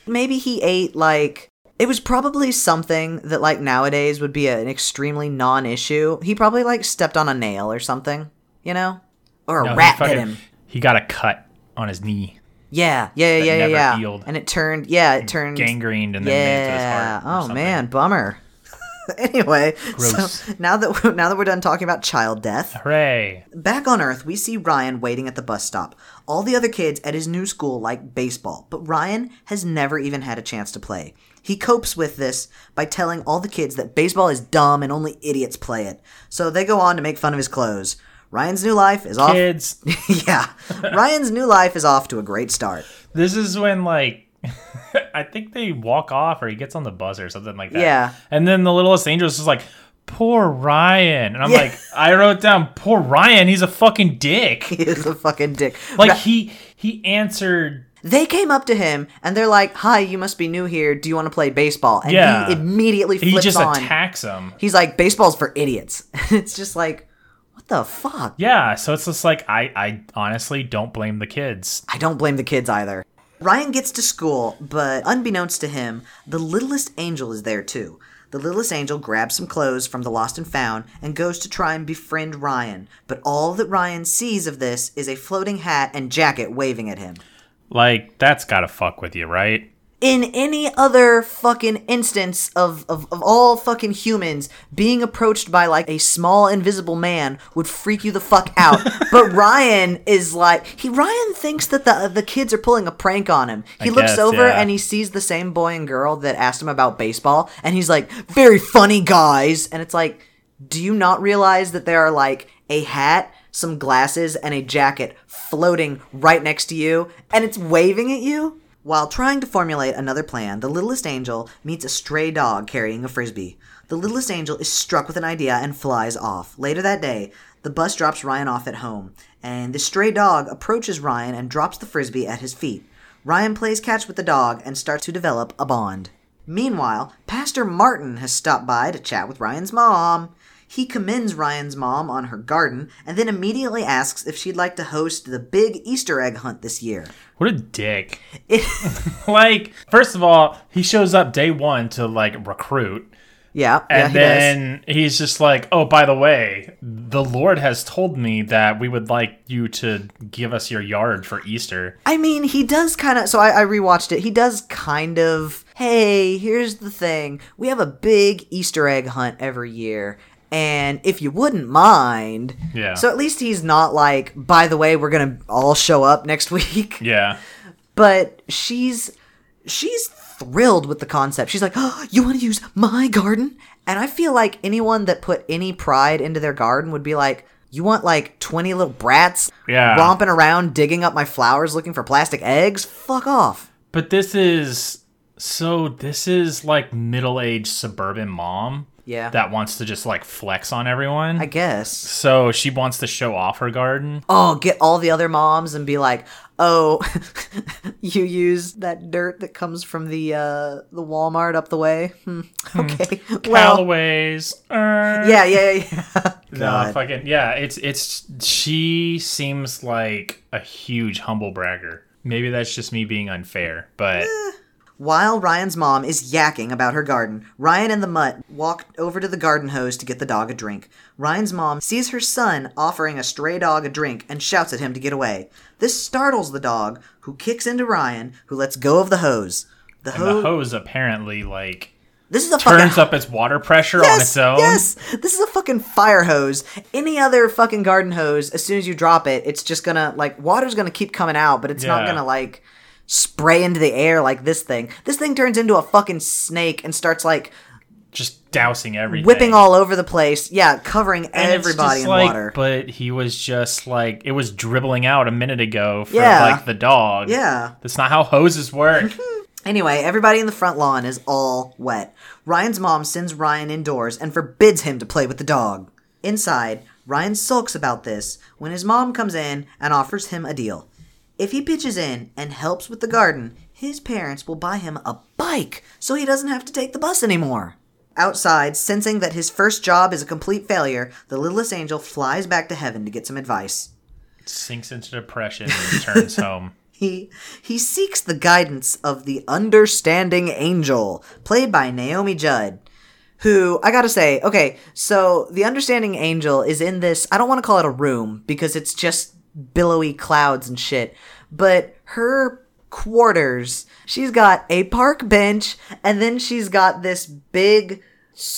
[SPEAKER 2] Maybe he ate like it was probably something that like nowadays would be an extremely non-issue. He probably like stepped on a nail or something, you know, or a
[SPEAKER 1] No, he
[SPEAKER 2] rat
[SPEAKER 1] fucking-
[SPEAKER 2] bit him.
[SPEAKER 1] He got a cut on his knee,
[SPEAKER 2] Yeah, yeah, yeah, yeah,
[SPEAKER 1] never
[SPEAKER 2] yeah.
[SPEAKER 1] healed.
[SPEAKER 2] And it turned. Yeah, it turned.
[SPEAKER 1] gangrened, and then made it to his
[SPEAKER 2] yeah.
[SPEAKER 1] heart. or
[SPEAKER 2] Oh
[SPEAKER 1] something.
[SPEAKER 2] man, bummer. anyway,
[SPEAKER 1] Gross.
[SPEAKER 2] so now that we're, now that we're done talking about child death,
[SPEAKER 1] Hooray!
[SPEAKER 2] Back on Earth, we see Ryan waiting at the bus stop. All the other kids at his new school like baseball, but Ryan has never even had a chance to play. He copes with this by telling all the kids that baseball is dumb and only idiots play it. So they go on to make fun of his clothes. Ryan's new life is off.
[SPEAKER 1] Kids,
[SPEAKER 2] yeah. Ryan's new life is off to a great start.
[SPEAKER 1] this is when like. I think they walk off, or he gets on the bus, or something like that.
[SPEAKER 2] Yeah.
[SPEAKER 1] And then the littlest angel is just like, "Poor Ryan," and I'm
[SPEAKER 2] Yeah.
[SPEAKER 1] like, I wrote down, "Poor Ryan, he's a fucking dick."
[SPEAKER 2] He is a fucking dick.
[SPEAKER 1] Like
[SPEAKER 2] Ra-
[SPEAKER 1] he he answered
[SPEAKER 2] they came up to him and they're like, "Hi, you must be new here. Do you want to play baseball?" And
[SPEAKER 1] Yeah.
[SPEAKER 2] he immediately flips
[SPEAKER 1] he just
[SPEAKER 2] on.
[SPEAKER 1] attacks him.
[SPEAKER 2] He's like, baseball's for idiots. it's just like, what the fuck?
[SPEAKER 1] Yeah, so it's just like I I honestly don't blame the kids.
[SPEAKER 2] I don't blame the kids either. Ryan gets to school, but unbeknownst to him, the littlest angel is there too. The littlest angel grabs some clothes from the lost and found and goes to try and befriend Ryan, but all that Ryan sees of this is a floating hat and jacket waving at him.
[SPEAKER 1] Like that's got to fuck with you, right?
[SPEAKER 2] in any other fucking instance of, of, of all fucking humans being approached by like a small invisible man would freak you the fuck out but ryan is like he ryan thinks that the the kids are pulling a prank on him he
[SPEAKER 1] I
[SPEAKER 2] looks
[SPEAKER 1] guess,
[SPEAKER 2] over
[SPEAKER 1] yeah.
[SPEAKER 2] and he sees the same boy and girl that asked him about baseball and he's like very funny guys and it's like do you not realize that there are like a hat some glasses and a jacket floating right next to you and it's waving at you while trying to formulate another plan, the littlest angel meets a stray dog carrying a frisbee. The littlest angel is struck with an idea and flies off. Later that day, the bus drops Ryan off at home, and the stray dog approaches Ryan and drops the frisbee at his feet. Ryan plays catch with the dog and starts to develop a bond. Meanwhile, Pastor Martin has stopped by to chat with Ryan's mom. He commends Ryan's mom on her garden and then immediately asks if she'd like to host the big Easter egg hunt this year.
[SPEAKER 1] What a dick. like, first of all, he shows up day one to like recruit.
[SPEAKER 2] Yeah, yeah,
[SPEAKER 1] And
[SPEAKER 2] he does.
[SPEAKER 1] then he's just like, oh, by the way, the Lord has told me that we would like you to give us your yard for Easter.
[SPEAKER 2] I mean, he does kind of. So I, I rewatched it. He does kind of. Hey, here's the thing. We have a big Easter egg hunt every year. And if you wouldn't mind.
[SPEAKER 1] Yeah.
[SPEAKER 2] So at least he's not like, by the way, we're going to all show up next week.
[SPEAKER 1] Yeah.
[SPEAKER 2] But she's. She's thrilled with the concept. She's like, oh, you want to use my garden? And I feel like anyone that put any pride into their garden would be like, you want like 20 little brats
[SPEAKER 1] Yeah.
[SPEAKER 2] romping around digging up my flowers looking for plastic eggs? Fuck off.
[SPEAKER 1] But this is so this is like middle aged suburban mom
[SPEAKER 2] Yeah.
[SPEAKER 1] that wants to just like flex on everyone.
[SPEAKER 2] I guess.
[SPEAKER 1] so she wants to show off her garden.
[SPEAKER 2] Oh, get all the other moms and be like, "Oh, you use that dirt that comes from the uh the Walmart up the way." Hmm. Okay. Well,
[SPEAKER 1] Callaways. er.
[SPEAKER 2] yeah, yeah, yeah. yeah.
[SPEAKER 1] No,
[SPEAKER 2] God.
[SPEAKER 1] fucking yeah. It's it's she seems
[SPEAKER 2] Eh,
[SPEAKER 1] like a huge humble bragger. Maybe that's just me being unfair, but
[SPEAKER 2] While Ryan's mom is yakking about her garden, Ryan and the mutt walk over to the garden hose to get the dog a drink. Ryan's mom sees her son offering a stray dog a drink and shouts at him to get away. This startles the dog, who kicks into Ryan, who lets go of the hose. The
[SPEAKER 1] The
[SPEAKER 2] hose.
[SPEAKER 1] hose apparently like
[SPEAKER 2] this is a fucking
[SPEAKER 1] turns up its water pressure on its own.
[SPEAKER 2] Yes, this is a fucking fire hose. Any other fucking garden hose, as soon as you drop it, it's just gonna like water's gonna keep coming out, but it's not
[SPEAKER 1] Yeah.
[SPEAKER 2] gonna like spray into the air like this thing. This thing turns into a fucking snake and starts like
[SPEAKER 1] Just dousing everything.
[SPEAKER 2] whipping all over the place. Yeah, covering
[SPEAKER 1] And it's
[SPEAKER 2] everybody
[SPEAKER 1] just
[SPEAKER 2] in
[SPEAKER 1] like-
[SPEAKER 2] water.
[SPEAKER 1] But he was just like it was dribbling out a minute ago for
[SPEAKER 2] Yeah.
[SPEAKER 1] like the dog.
[SPEAKER 2] Yeah. Mm-hmm.
[SPEAKER 1] That's not how hoses work.
[SPEAKER 2] Anyway, everybody in the front lawn is all wet. Ryan's mom sends Ryan indoors and forbids him to play with the dog. Inside, Ryan sulks about this when his mom comes in and offers him a deal. If he pitches in and helps with the garden, his parents will buy him a bike so he doesn't have to take the bus anymore. Outside, sensing that his first job is a complete failure, the littlest angel flies back to heaven to get some advice.
[SPEAKER 1] Sinks into depression and returns home.
[SPEAKER 2] He he seeks the guidance of the understanding angel, played by Naomi Judd, who I gotta say, okay, so the understanding angel is in this. I don't want to call it a room because it's just billowy clouds and shit, but her quarters. She's got a park bench, and then she's got this big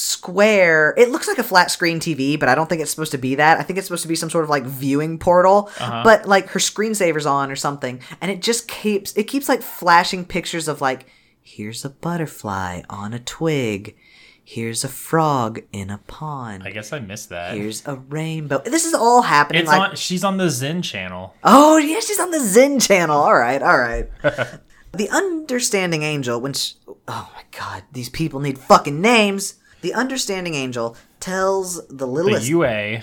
[SPEAKER 2] square. It looks like a flat screen TV, but I don't think it's supposed to be that. I think it's supposed to be some sort of like viewing portal, but like her screensaver's on or something, and it just keeps it keeps like flashing pictures of like here's a butterfly on a twig, here's a frog in a pond,
[SPEAKER 1] I guess I missed that.
[SPEAKER 2] here's a rainbow. This is all happening
[SPEAKER 1] it's
[SPEAKER 2] like
[SPEAKER 1] on she's on the Zen channel.
[SPEAKER 2] Oh, yeah, she's on the Zen channel. All right, all right. the Understanding Angel, when she, oh my god, these people need fucking names. The Understanding Angel tells the
[SPEAKER 1] The
[SPEAKER 2] littlest,
[SPEAKER 1] UA.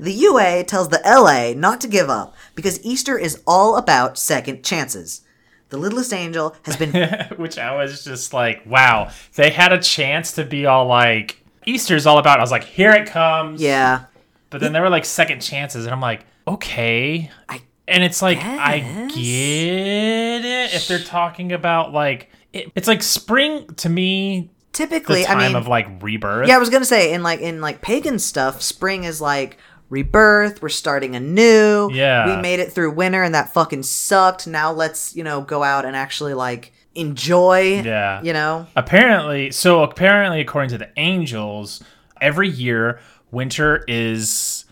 [SPEAKER 2] the UA tells the LA not to give up because Easter is all about second chances. The littlest angel has been
[SPEAKER 1] which I was just like, wow, they had a chance to be all like, Easter's all about. I was like, here it comes.
[SPEAKER 2] yeah.
[SPEAKER 1] But then there were like second chances, and I'm like, okay.
[SPEAKER 2] I
[SPEAKER 1] and it's like, I
[SPEAKER 2] guess.
[SPEAKER 1] get it. If they're talking about like, it, it's like spring to me, the
[SPEAKER 2] Typically,
[SPEAKER 1] time
[SPEAKER 2] I mean,
[SPEAKER 1] of like rebirth.
[SPEAKER 2] Yeah, I was gonna say in like in like pagan stuff, spring is like rebirth. We're starting anew.
[SPEAKER 1] Yeah.
[SPEAKER 2] we made it through winter, and that fucking sucked. Now let's you know go out and actually like enjoy.
[SPEAKER 1] Yeah.
[SPEAKER 2] you know.
[SPEAKER 1] Apparently, so apparently, according to the angels, every year winter is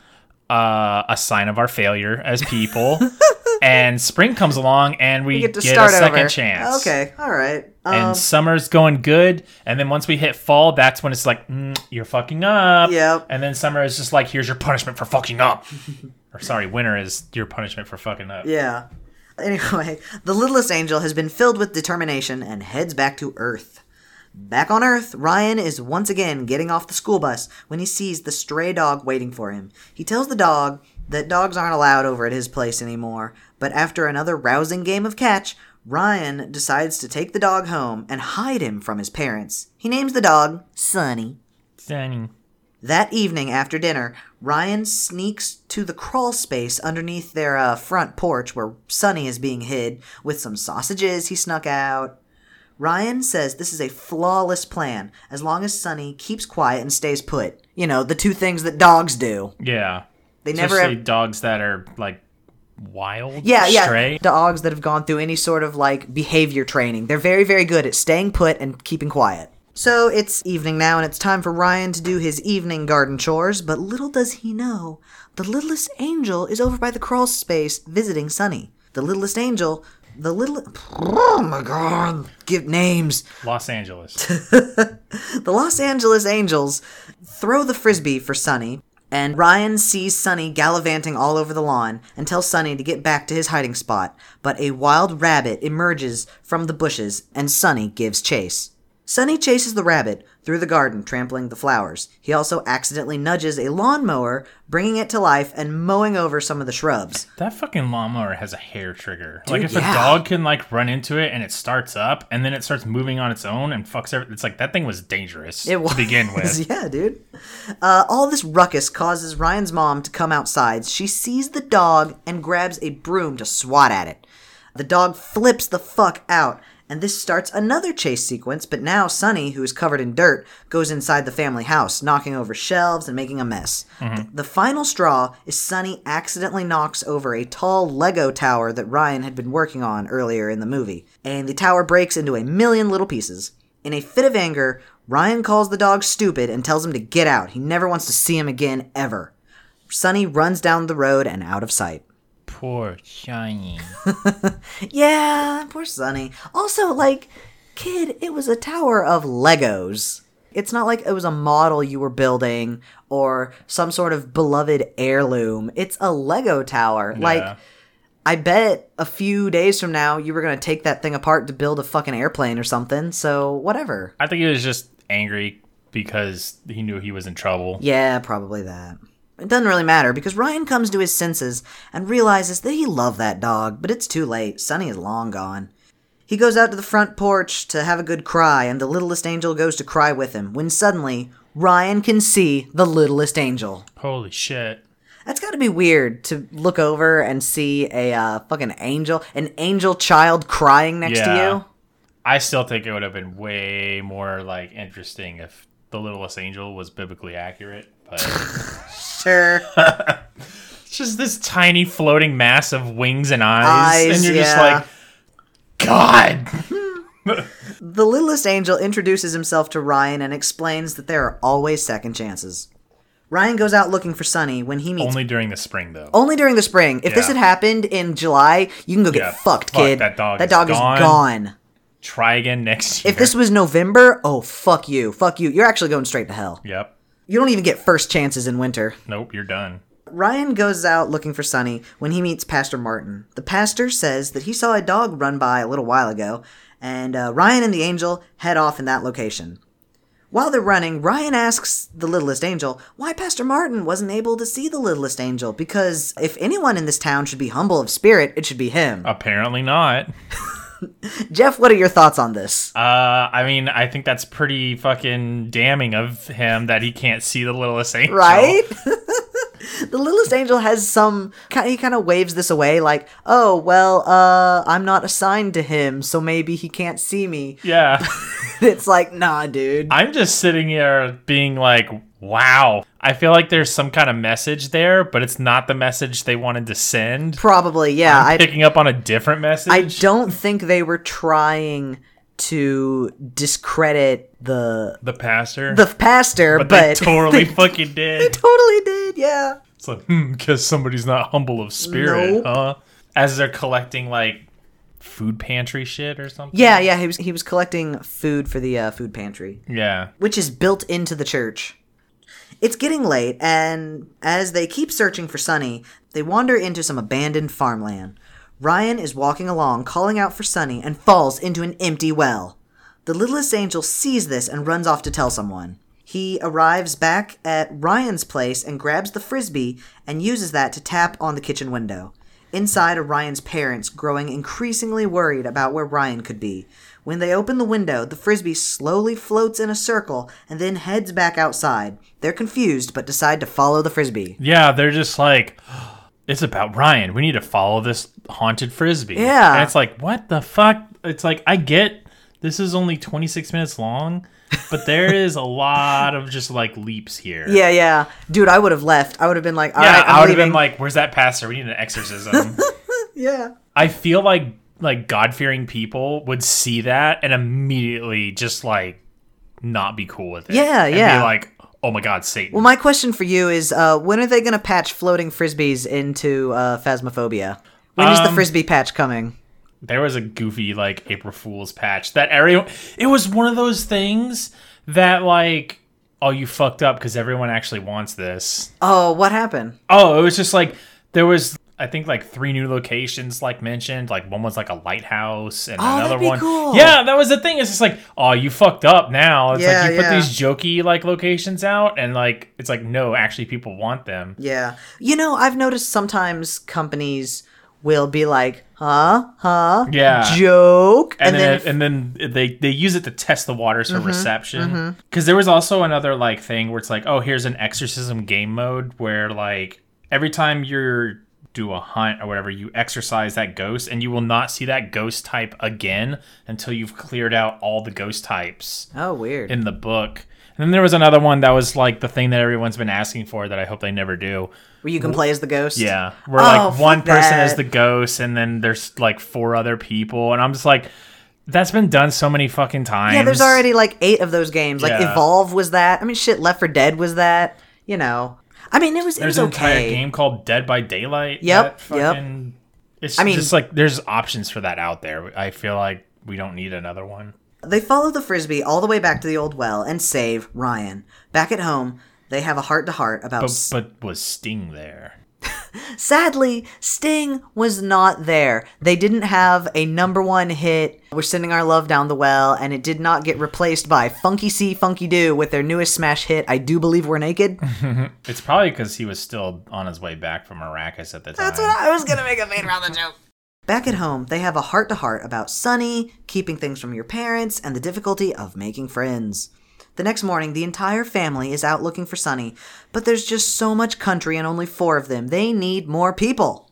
[SPEAKER 1] uh, a sign of our failure as people, and spring comes along and we,
[SPEAKER 2] Get
[SPEAKER 1] get,
[SPEAKER 2] to
[SPEAKER 1] a
[SPEAKER 2] start
[SPEAKER 1] second
[SPEAKER 2] over.
[SPEAKER 1] chance.
[SPEAKER 2] Okay, all right. Um,
[SPEAKER 1] And summer's going good, and then once we hit fall, that's when it's like mm, you're fucking up.
[SPEAKER 2] Yep.
[SPEAKER 1] And then summer is just like here's your punishment for fucking up. or sorry, winter is your punishment for fucking up.
[SPEAKER 2] yeah. Anyway, the littlest angel has been filled with determination and heads back to Earth. Back on Earth, Ryan is once again getting off the school bus when he sees the stray dog waiting for him. He tells the dog that dogs aren't allowed over at his place anymore, but after another rousing game of catch, Ryan decides to take the dog home and hide him from his parents. He names the dog Sonny.
[SPEAKER 1] Dang.
[SPEAKER 2] That evening after dinner, Ryan sneaks to the crawl space underneath their uh, front porch where Sonny is being hid with some sausages he snuck out. Ryan says this is a flawless plan as long as Sonny keeps quiet and stays put. You know, the two things that dogs do.
[SPEAKER 1] Yeah.
[SPEAKER 2] They never
[SPEAKER 1] Especially
[SPEAKER 2] have.
[SPEAKER 1] dogs that are like wild.
[SPEAKER 2] Yeah, yeah.
[SPEAKER 1] Stray.
[SPEAKER 2] Dogs that have gone through any sort of like behavior training. They're very, very good at staying put and keeping quiet. So it's evening now, and it's time for Ryan to do his evening garden chores, but little does he know, the littlest angel is over by the crawl space visiting Sunny. The littlest angel, the little. Oh my god! Give names!
[SPEAKER 1] Los Angeles.
[SPEAKER 2] The Los Angeles Angels throw the frisbee for Sonny, and Ryan sees Sonny gallivanting all over the lawn and tells Sonny to get back to his hiding spot. But a wild rabbit emerges from the bushes, and Sonny gives chase. Sonny chases the rabbit through the garden, trampling the flowers. He also accidentally nudges a lawnmower, bringing it to life and mowing over some of the shrubs.
[SPEAKER 1] That fucking lawnmower has a hair trigger. like if
[SPEAKER 2] yeah.
[SPEAKER 1] a dog can like run into it and it starts up and then it starts moving on its own and fucks everything, it's like that thing was dangerous
[SPEAKER 2] It
[SPEAKER 1] to begin
[SPEAKER 2] was,
[SPEAKER 1] with.
[SPEAKER 2] yeah, dude. Uh, all this ruckus causes Ryan's mom to come outside. She sees the dog and grabs a broom to swat at it. The dog flips the fuck out and this starts another chase sequence, but now Sonny, who is covered in dirt, goes inside the family house, knocking over shelves and making a mess. Th- The final straw is Sonny accidentally knocks over a tall Lego tower that Ryan had been working on earlier in the movie, and the tower breaks into a million little pieces. In a fit of anger, Ryan calls the dog stupid and tells him to get out. He never wants to see him again, ever. Sonny runs down the road and out of sight.
[SPEAKER 1] Poor Shiny.
[SPEAKER 2] Yeah, poor Sonny. Also, like, kid, it was a tower of Legos. It's not like it was a model you were building or some sort of beloved heirloom. It's a Lego tower.
[SPEAKER 1] Yeah.
[SPEAKER 2] Like, I bet a few days from now you were going to take that thing apart to build a fucking airplane or something. So, whatever.
[SPEAKER 1] I think he was just angry because he knew he was in trouble.
[SPEAKER 2] Yeah, probably that. It doesn't really matter because Ryan comes to his senses and realizes that he loved that dog, but it's too late. Sonny is long gone. He goes out to the front porch to have a good cry, and the littlest angel goes to cry with him when suddenly Ryan can see the littlest angel.
[SPEAKER 1] Holy shit.
[SPEAKER 2] That's got to be weird to look over and see a uh, fucking angel, an angel child crying next
[SPEAKER 1] Yeah.
[SPEAKER 2] to you.
[SPEAKER 1] I still think it would have been way more like interesting if The Littlest Angel was biblically accurate, but
[SPEAKER 2] Sure.
[SPEAKER 1] it's just this tiny floating mass of wings and eyes,
[SPEAKER 2] Eyes,
[SPEAKER 1] and you're just
[SPEAKER 2] yeah.
[SPEAKER 1] like God.
[SPEAKER 2] The littlest angel introduces himself to Ryan and explains that there are always second chances. Ryan goes out looking for Sunny when he meets only,
[SPEAKER 1] Only during the spring though.
[SPEAKER 2] during the spring. If this
[SPEAKER 1] Yeah.
[SPEAKER 2] had happened in July, you can go get
[SPEAKER 1] Yeah,
[SPEAKER 2] fucked,
[SPEAKER 1] fuck,
[SPEAKER 2] kid.
[SPEAKER 1] that dog is
[SPEAKER 2] is
[SPEAKER 1] gone.
[SPEAKER 2] gone.
[SPEAKER 1] Try again next year.
[SPEAKER 2] If this was November, oh fuck you, fuck you. You're actually going straight to hell.
[SPEAKER 1] Yep.
[SPEAKER 2] You don't even get first chances in winter.
[SPEAKER 1] Nope, you're done.
[SPEAKER 2] Ryan goes out looking for Sonny when he meets Pastor Martin. The pastor says that he saw a dog run by a little while ago, and uh, Ryan and the angel head off in that location. While they're running, Ryan asks the littlest angel why Pastor Martin wasn't able to see the littlest angel, because if anyone in this town should be humble of spirit, it should be him.
[SPEAKER 1] Oh. Apparently not.
[SPEAKER 2] Jeff, what are your thoughts on this?
[SPEAKER 1] Uh, I mean, I think that's pretty fucking damning of him that he can't see the littlest angel.
[SPEAKER 2] right? the littlest angel has some. ki- He kind of waves this away, like, "Oh well, uh, I'm not assigned to him, so maybe he can't see me."
[SPEAKER 1] Yeah.
[SPEAKER 2] It's like, nah, dude.
[SPEAKER 1] I'm just sitting here being like, wow. I feel like there's some kind of message there, but it's not the message they wanted to send.
[SPEAKER 2] Probably, yeah. I
[SPEAKER 1] Picking up on a different message.
[SPEAKER 2] I don't think they were trying to discredit the
[SPEAKER 1] the pastor.
[SPEAKER 2] the pastor,
[SPEAKER 1] but
[SPEAKER 2] but,
[SPEAKER 1] they totally
[SPEAKER 2] they
[SPEAKER 1] fucking did.
[SPEAKER 2] totally did, yeah.
[SPEAKER 1] It's like, hmm, because somebody's not humble of spirit,
[SPEAKER 2] Nope.
[SPEAKER 1] huh? As they're collecting like food pantry shit or something.
[SPEAKER 2] Yeah, yeah. He was he was collecting food for the uh, food pantry.
[SPEAKER 1] Yeah.
[SPEAKER 2] which is built into the church. It's getting late, and as they keep searching for Sunny, they wander into some abandoned farmland. Ryan is walking along, calling out for Sunny, and falls into an empty well. The littlest angel sees this and runs off to tell someone. He arrives back at Ryan's place and grabs the frisbee and uses that to tap on the kitchen window. Inside are Ryan's parents, growing increasingly worried about where Ryan could be. When they open the window, the frisbee slowly floats in a circle and then heads back outside. They're confused but decide to follow the frisbee.
[SPEAKER 1] Yeah, they're just like, it's about Ryan. We need to follow this haunted frisbee.
[SPEAKER 2] Yeah.
[SPEAKER 1] And it's like, what the fuck? It's like, I get this is only 26 minutes long, but there is a lot of just like leaps here.
[SPEAKER 2] Yeah, yeah. Dude, I would have left. I would have been like, all
[SPEAKER 1] Yeah,
[SPEAKER 2] right, I'm
[SPEAKER 1] I would have
[SPEAKER 2] leaving.
[SPEAKER 1] been like, where's that pastor? We need an exorcism.
[SPEAKER 2] yeah.
[SPEAKER 1] I feel like like God fearing people would see that and immediately just like not be cool with it.
[SPEAKER 2] Yeah,
[SPEAKER 1] and
[SPEAKER 2] yeah.
[SPEAKER 1] Be like, oh my God, Satan.
[SPEAKER 2] Well, my question for you is uh, when are they going to patch floating frisbees into uh, Phasmophobia? When is the
[SPEAKER 1] Um,
[SPEAKER 2] frisbee patch coming?
[SPEAKER 1] there was a goofy like April Fool's patch that everyone. It was one of those things that like, oh, you fucked up because everyone actually wants this.
[SPEAKER 2] Oh, what happened?
[SPEAKER 1] Oh, it was just like there was. I think like three new locations, like mentioned. Like one was like a lighthouse, and
[SPEAKER 2] Oh, that'd
[SPEAKER 1] another
[SPEAKER 2] be
[SPEAKER 1] one.
[SPEAKER 2] cool.
[SPEAKER 1] Yeah, that was the thing. It's just like, oh, you fucked up now. It's
[SPEAKER 2] Yeah,
[SPEAKER 1] like you put
[SPEAKER 2] yeah.
[SPEAKER 1] these jokey like locations out, and like it's like no, actually people want them.
[SPEAKER 2] Yeah. You know, I've noticed sometimes companies will be like, huh? Huh?
[SPEAKER 1] Yeah.
[SPEAKER 2] Joke.
[SPEAKER 1] and, then, Mm-hmm,
[SPEAKER 2] if-
[SPEAKER 1] and then they they use it to test the waters for reception because there was also another like thing where it's like oh here's an exorcism game mode where like every time you're do a hunt or whatever, you exercise that ghost, and you will not see that ghost type again until you've cleared out all the ghost types
[SPEAKER 2] Oh, weird.
[SPEAKER 1] in the book. And then there was another one that was like the thing that everyone's been asking for that I hope they never do.
[SPEAKER 2] Where you can play as the ghost.
[SPEAKER 1] Yeah, where
[SPEAKER 2] Oh,
[SPEAKER 1] like one
[SPEAKER 2] fuck
[SPEAKER 1] person is
[SPEAKER 2] that.
[SPEAKER 1] the ghost, and then there's like four other people, and I'm just like, that's been done so many fucking times.
[SPEAKER 2] Yeah, there's already like eight of those games. Like
[SPEAKER 1] Yeah.
[SPEAKER 2] Evolve was that. I mean, shit, Left for Dead was that. You know, I mean, it was it
[SPEAKER 1] there's
[SPEAKER 2] was
[SPEAKER 1] an entire
[SPEAKER 2] okay.
[SPEAKER 1] game called Dead by Daylight.
[SPEAKER 2] Yep,
[SPEAKER 1] that
[SPEAKER 2] yep.
[SPEAKER 1] fucking- It's
[SPEAKER 2] I mean-
[SPEAKER 1] just like there's options for that out there. I feel like we don't need another one.
[SPEAKER 2] They follow the frisbee all the way back to the old well and save Ryan. Back at home, they have a heart to heart about.
[SPEAKER 1] But
[SPEAKER 2] s-
[SPEAKER 1] but was Sting there?
[SPEAKER 2] Sadly, Sting was not there. They didn't have a number one hit. We're sending our love down the well, and it did not get replaced by Funky C, Funky Do with their newest smash hit. I do believe we're naked.
[SPEAKER 1] It's probably because he was still on his way back from Arrakis at the time.
[SPEAKER 2] That's what I was gonna make a made around the joke. Back at home, they have a heart to heart about Sunny, keeping things from your parents, and the difficulty of making friends. The next morning, the entire family is out looking for Sunny, but there's just so much country and only four of them. They need more people.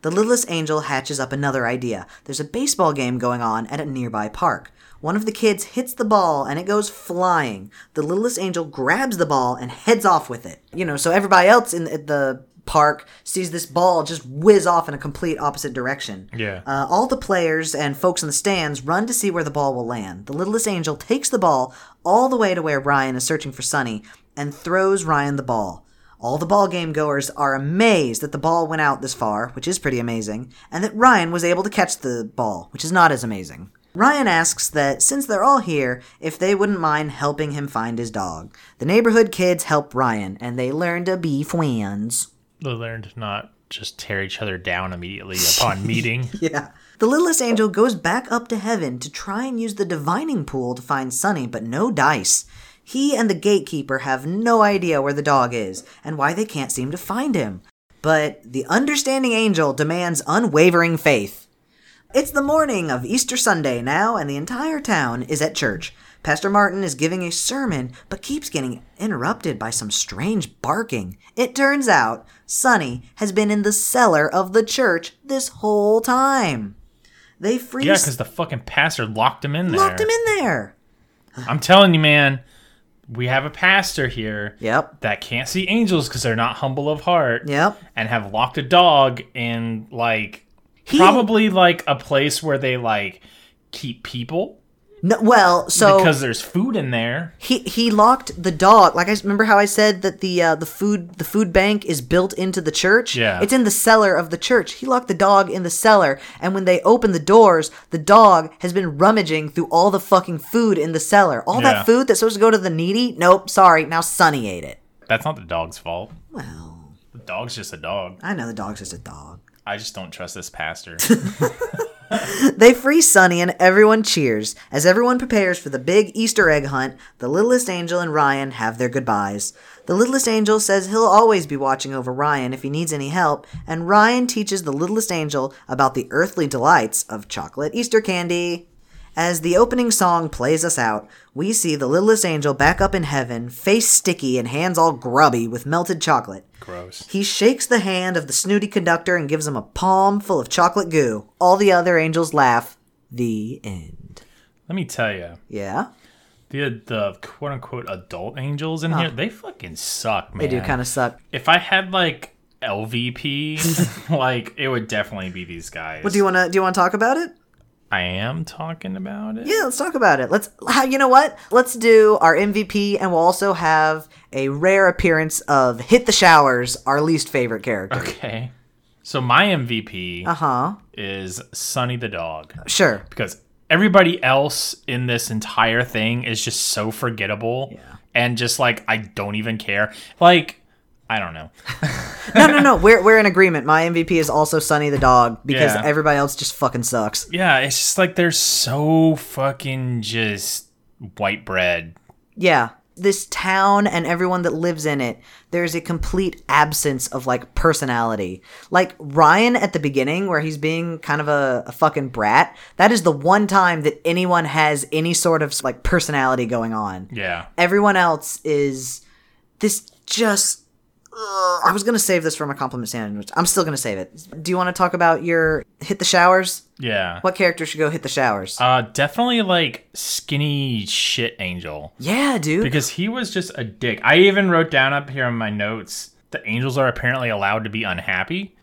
[SPEAKER 2] The littlest angel hatches up another idea. There's a baseball game going on at a nearby park. One of the kids hits the ball and it goes flying. The littlest angel grabs the ball and heads off with it. You know, so everybody else in at the park sees this ball just whiz off in a complete opposite direction.
[SPEAKER 1] Yeah.
[SPEAKER 2] Uh, all the players and folks in the stands run to see where the ball will land. The littlest angel takes the ball all the way to where Ryan is searching for Sunny and throws Ryan the ball. All the ball game goers are amazed that the ball went out this far, which is pretty amazing, and that Ryan was able to catch the ball, which is not as amazing. Ryan asks that since they're all here, if they wouldn't mind helping him find his dog. The neighborhood kids help Ryan, and they learn to be friends.
[SPEAKER 1] They learned to not just tear each other down immediately upon meeting.
[SPEAKER 2] Yeah. The littlest angel goes back up to heaven to try and use the divining pool to find Sunny, but no dice. He and the gatekeeper have no idea where the dog is and why they can't seem to find him. But the understanding angel demands unwavering faith. It's the morning of Easter Sunday now, and the entire town is at church. Pastor Martin is giving a sermon, but keeps getting interrupted by some strange barking. It turns out Sonny has been in the cellar of the church this whole time. They freeze
[SPEAKER 1] yeah, because the fucking pastor locked him in there.
[SPEAKER 2] locked him in there.
[SPEAKER 1] I'm telling you, man, we have a pastor here
[SPEAKER 2] Yep.
[SPEAKER 1] that can't see angels because they're not humble of heart.
[SPEAKER 2] Yep.
[SPEAKER 1] And have locked a dog in like
[SPEAKER 2] He-
[SPEAKER 1] probably like a place where they like keep people
[SPEAKER 2] No, well, so
[SPEAKER 1] because there's food in there.
[SPEAKER 2] he he locked the dog. Like I s- remember how I said that the uh, the food the food bank is built into the church.
[SPEAKER 1] Yeah.
[SPEAKER 2] it's in the cellar of the church. He locked the dog in the cellar, and when they open the doors, the dog has been rummaging through all the fucking food in the cellar. All
[SPEAKER 1] Yeah.
[SPEAKER 2] that food that's supposed to go to the needy. Nope, sorry. Now Sonny ate it.
[SPEAKER 1] That's not the dog's fault.
[SPEAKER 2] Well,
[SPEAKER 1] The dog's just a dog.
[SPEAKER 2] I know the dog's just a dog.
[SPEAKER 1] I just don't trust this pastor.
[SPEAKER 2] They free Sunny and everyone cheers. As everyone prepares for the big Easter egg hunt, the littlest angel and Ryan have their goodbyes. The littlest angel says he'll always be watching over Ryan if he needs any help, and Ryan teaches the littlest angel about the earthly delights of chocolate Easter candy. As the opening song plays us out, we see the littlest angel back up in heaven, face sticky and hands all grubby with melted chocolate.
[SPEAKER 1] Gross.
[SPEAKER 2] He shakes the hand of the snooty conductor and gives him a palm full of chocolate goo. All the other angels laugh. The end.
[SPEAKER 1] Let me tell you,
[SPEAKER 2] Yeah,
[SPEAKER 1] the the quote unquote adult angels in here, they fucking suck, man.
[SPEAKER 2] they do kind of suck.
[SPEAKER 1] If I had like LVP, like it would definitely be these guys.
[SPEAKER 2] But do you want to do you want to talk about it?
[SPEAKER 1] I am talking about it.
[SPEAKER 2] Yeah, let's talk about it. Let's how- you know what? Let's do our MVP and we'll also have a rare appearance of Hit the Showers, our least favorite character.
[SPEAKER 1] Okay. So my MVP
[SPEAKER 2] Uh-huh.
[SPEAKER 1] is Sonny the dog
[SPEAKER 2] Sure.
[SPEAKER 1] because everybody else in this entire thing is just so forgettable and just like I don't even care. Like I don't know.
[SPEAKER 2] No, no, no. We're we're in agreement. My MVP is also Sunny the dog because
[SPEAKER 1] Yeah.
[SPEAKER 2] everybody else just fucking sucks.
[SPEAKER 1] Yeah, it's just like they're so fucking just white bread.
[SPEAKER 2] Yeah. This town and everyone that lives in it, there's a complete absence of like personality. Like Ryan at the beginning, where he's being kind of a, a fucking brat, that is the one time that anyone has any sort of like personality going on.
[SPEAKER 1] Yeah.
[SPEAKER 2] Everyone else is this just I was gonna save this for my compliment sandwich. I'm still gonna save it. Do you want to talk about your hit the showers?
[SPEAKER 1] Yeah.
[SPEAKER 2] What character should go hit the showers?
[SPEAKER 1] Uh, definitely like skinny shit angel
[SPEAKER 2] yeah, dude.
[SPEAKER 1] because he was just a dick. I even wrote down up here in my notes the angels are apparently allowed to be unhappy